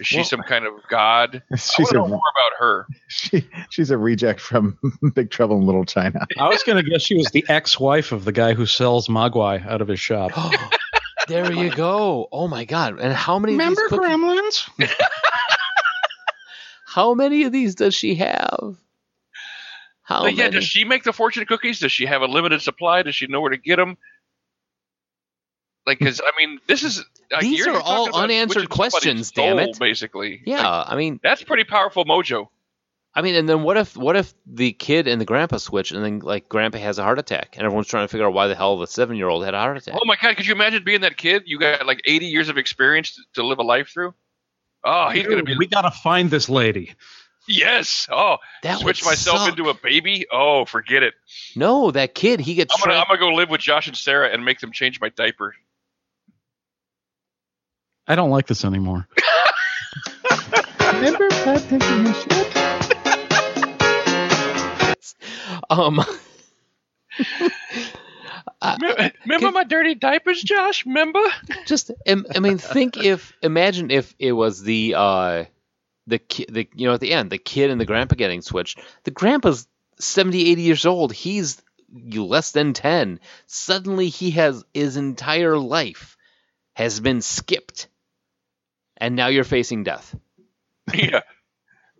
S1: Is she
S3: Well-
S1: some kind of god? I
S4: She's
S1: want to
S4: a
S1: know more about her.
S4: she, she's a reject from Big Trouble in Little China.
S5: I was going to guess she was the ex wife of the guy who sells Mogwai out of his shop.
S3: there you go. Oh my god! And how many?
S5: Remember
S3: of these cookies,
S5: Gremlins?
S3: How many of these does she have? How
S1: But yeah,
S3: many?
S1: does she make the fortune cookies? Does she have a limited supply? Does she know where to get them? Like, because I mean, this is like,
S3: These
S1: you're
S3: are all
S1: talking about
S3: unanswered
S1: switching somebody's
S3: questions, damn
S1: soul,
S3: it.
S1: Basically,
S3: yeah,
S1: Like,
S3: I mean,
S1: that's pretty powerful mojo.
S3: I mean, and then what if what if the kid and the grandpa switch, and then like grandpa has a heart attack, and everyone's trying to figure out why the hell the seven year old had a heart attack?
S1: Oh my god, could you imagine being that kid? You got like 80 years of experience to, to live a life through. Oh, he's gonna be
S5: We got to find this lady.
S1: Yes. Oh,
S3: That
S1: switch
S3: would
S1: myself
S3: suck.
S1: into a baby. Oh, forget it.
S3: No, that kid, he gets
S1: I'm gonna, I'm
S3: trapped.
S1: gonna go live with Josh and Sarah and make them change my diaper.
S5: I don't like this anymore.
S4: Remember Pat taking a shit?
S3: Um,
S1: Remember, remember my dirty diapers, Josh? Remember?
S3: just im- I mean, think if imagine if it was the uh, the ki- the you know at the end the kid and the grandpa getting switched. The grandpa's 70, 80 years old. He's less than ten. Suddenly, he has his entire life has been skipped, and now you're facing death.
S1: Yeah.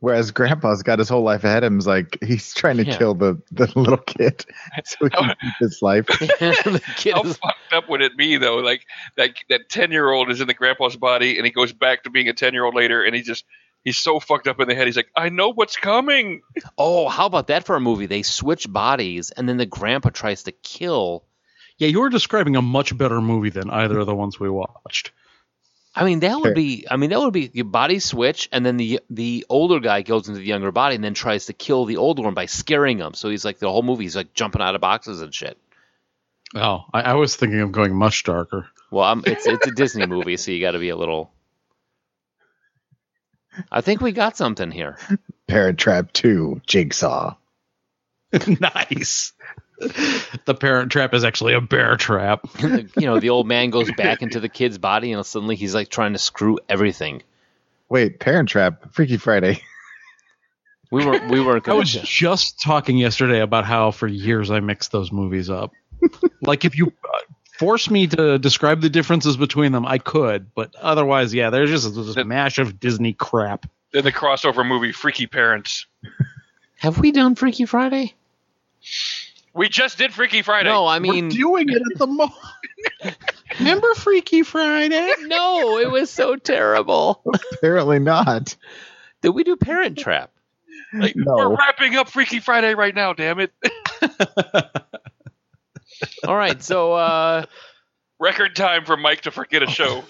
S4: Whereas Grandpa's got his whole life ahead of him. He's like he's trying to
S3: Yeah.
S4: kill the, the little kid so he can keep his life.
S3: the kid
S1: How
S3: is
S1: fucked up would it be though? Like that that ten year old is in the grandpa's body and he goes back to being a ten year old later and he just he's so fucked up in the head. He's like, I know what's coming.
S3: Oh, how about that for a movie? They switch bodies, and then the grandpa tries to kill.
S5: Yeah, you were describing a much better movie than either of the ones we watched.
S3: I mean, that
S4: Sure.
S3: would be. I mean, that would be your body switch, and then the the older guy goes into the younger body, and then tries to kill the older one by scaring him. So he's like the whole movie. He's like jumping out of boxes and shit.
S5: Oh, I, I was thinking of going much darker.
S3: Well, I'm, it's it's a Disney movie, so you got to be a little. I think we got something here.
S4: Parent Trap Two Jigsaw.
S5: nice. the parent trap is actually a bear trap.
S3: you know, the old man goes back into the kid's body, and suddenly he's like trying to screw everything.
S4: Wait, Parent Trap Freaky Friday.
S3: We were we weren't.
S5: I
S3: gonna-
S5: was just talking yesterday about how for years I mixed those movies up. like if you uh, force me to describe the differences between them, I could, but otherwise, yeah, there's just this mash of Disney crap.
S1: Then the crossover movie Freaky Parents.
S3: Have we done Freaky Friday?
S1: We just did Freaky Friday.
S3: No, I mean
S5: We're doing it at the moment. Remember Freaky Friday?
S3: No, it was so terrible.
S4: Apparently not.
S3: Did we do Parent Trap?
S1: Like,
S4: no.
S1: We're wrapping up Freaky Friday right now, damn it.
S3: All right, so uh,
S1: Record time for Mike to forget a show.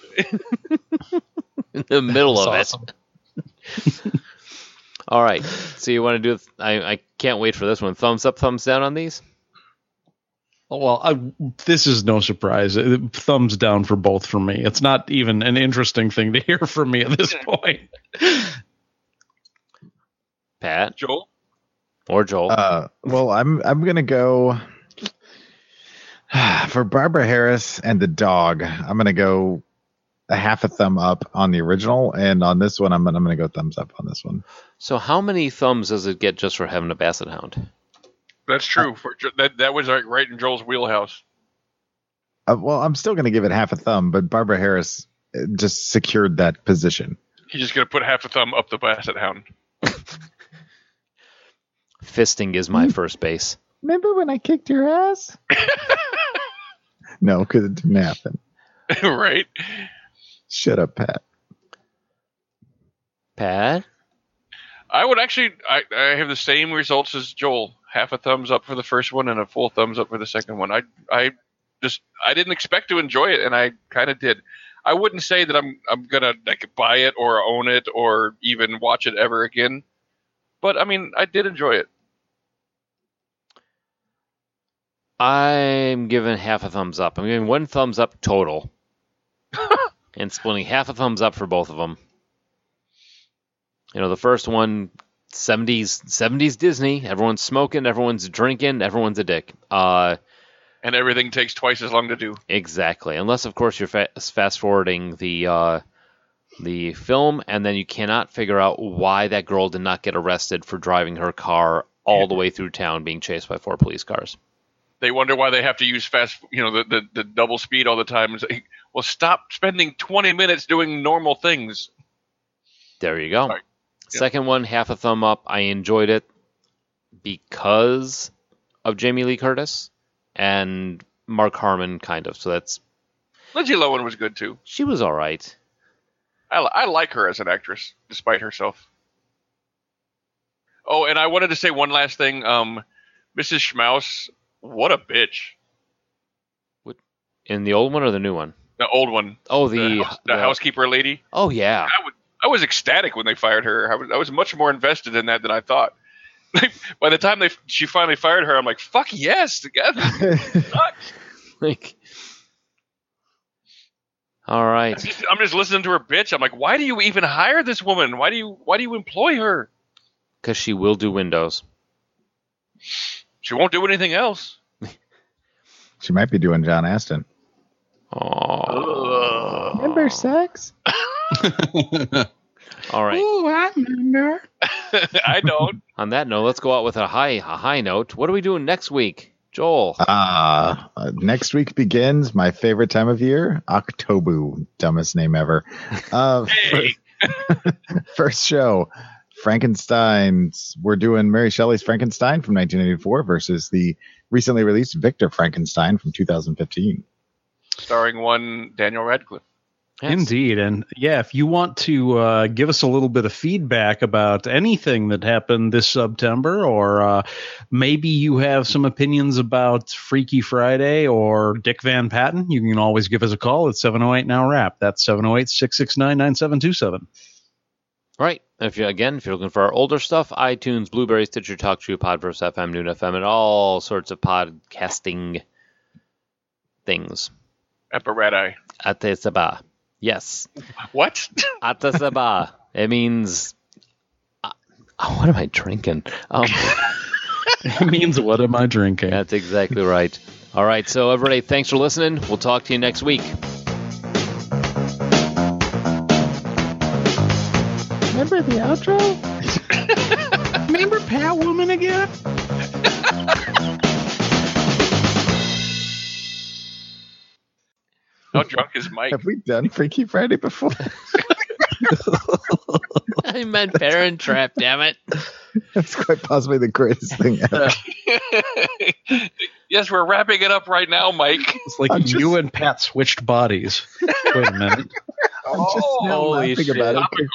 S3: in the middle
S5: That's
S3: of
S5: awesome.
S3: it. All right, so you want to do? I I can't wait for this one. Thumbs up, thumbs down on these.
S5: Oh, Well, I, this is no surprise. Uh, Thumbs down for both for me. It's not even an interesting thing to hear from me at this point.
S3: Pat
S1: Joel?
S3: or Joel?
S4: Uh, well, I'm I'm gonna go for Barbara Harris and the dog. I'm gonna go a half a thumb up on the original, and on this one, I'm I'm gonna go thumbs up on this one.
S3: so how many thumbs does it get just for having a basset hound?
S1: That's true. For, Jo- that, that was like right in Joel's wheelhouse.
S4: Uh, well, I'm still gonna give it half a thumb, but Barbara Harris uh, just secured that position.
S1: He's just going to put half a thumb up the Basset Hound.
S3: Fisting is my first base.
S4: Remember when I kicked your ass? no, because it didn't happen.
S1: right?
S4: Shut up, Pat.
S3: Pat,
S1: I would actually, I, I have the same results as Joel. Half a thumbs up for the first one and a full thumbs up for the second one. I, I just, I didn't expect to enjoy it, and I kind of did. I wouldn't say that I'm, I'm gonna like buy it or own it or even watch it ever again, but I mean, I did enjoy it.
S3: I'm giving half a thumbs up. I'm giving one thumbs up total, and splitting half a thumbs up for both of them. You know, the first one, 70s, 70s Disney. Everyone's smoking, everyone's drinking, everyone's a dick. Uh,
S1: And everything takes twice as long to do.
S3: exactly. Unless, of course, you're fa- fast forwarding the uh, the film, and then you cannot figure out why that girl did not get arrested for driving her car all the way through town, being chased by four police cars.
S1: They wonder why they have to use fast, you know, the the, the double speed all the time. It's like, well, stop spending 20 minutes doing normal things.
S3: There you go.
S1: Sorry. Yeah.
S3: Second one, half a thumb up. I enjoyed it because of Jamie Lee Curtis and Mark Harmon, kind of. So that's
S1: Lindsay Lohan was good too.
S3: she was all right.
S1: I, I like her as an actress, despite herself. Oh, and I wanted to say one last thing. Um, Mrs. Schmaus, what a bitch.
S3: In the old one or the new one?
S1: The old one,
S3: Oh,
S1: the,
S3: the,
S1: house- the
S3: the-
S1: housekeeper lady.
S3: Oh yeah,
S1: I would I was ecstatic when they fired her. I was, I was much more invested in that than I thought. Like, by the time they she finally fired her, I'm like, fuck yes, together. sucks.
S3: Like, all right.
S1: I'm just, I'm just listening to her bitch. I'm like, why do you even hire this woman? Why do you why do you employ her?
S3: Because she will do Windows.
S1: She won't do anything else.
S4: She might be doing John Aston.
S3: Oh.
S4: Remember sex?
S3: All right.
S1: I don't.
S3: On that note, let's go out with a high a high note. What are we doing next week, Joel?
S4: Ah, uh, next week begins my favorite time of year, October. Dumbest name ever. Uh,
S1: Hey,
S4: first show frankenstein's we're doing mary shelley's frankenstein from 1984 versus the recently released victor frankenstein from 2015
S1: starring one Daniel Radcliffe.
S3: Yes.
S5: Indeed. And yeah, if you want to uh, give us a little bit of feedback about anything that happened this September, or uh, maybe you have some opinions about Freaky Friday or Dick Van Patten, you can always give us a call at 708 Now Rap. That's 708 669 9727.
S3: All right. If you again, if you're looking for our older stuff, iTunes, Blueberry, Stitcher, Talk True, Podverse FM, Noon FM, and all sorts of podcasting things.
S1: Apparati.
S3: Atesaba. Yes.
S1: What?
S3: Atasaba. it means. Uh, what am I drinking? Um,
S5: it means, what am I drinking?
S3: that's exactly right. All right. So, everybody, thanks for listening. We'll talk to you next week.
S4: remember the outro
S5: Remember Pat Woman again?
S1: How drunk is Mike?
S4: have we done freaky friday before
S3: I meant Parent Trap, damn it.
S4: that's quite possibly the greatest thing ever
S1: yes, we're wrapping it up right now, Mike.
S5: It's like
S4: I'm just-
S5: you and Pat switched bodies. Wait a minute.
S4: i'm just now
S3: Holy
S4: laughing
S3: shit.
S4: about it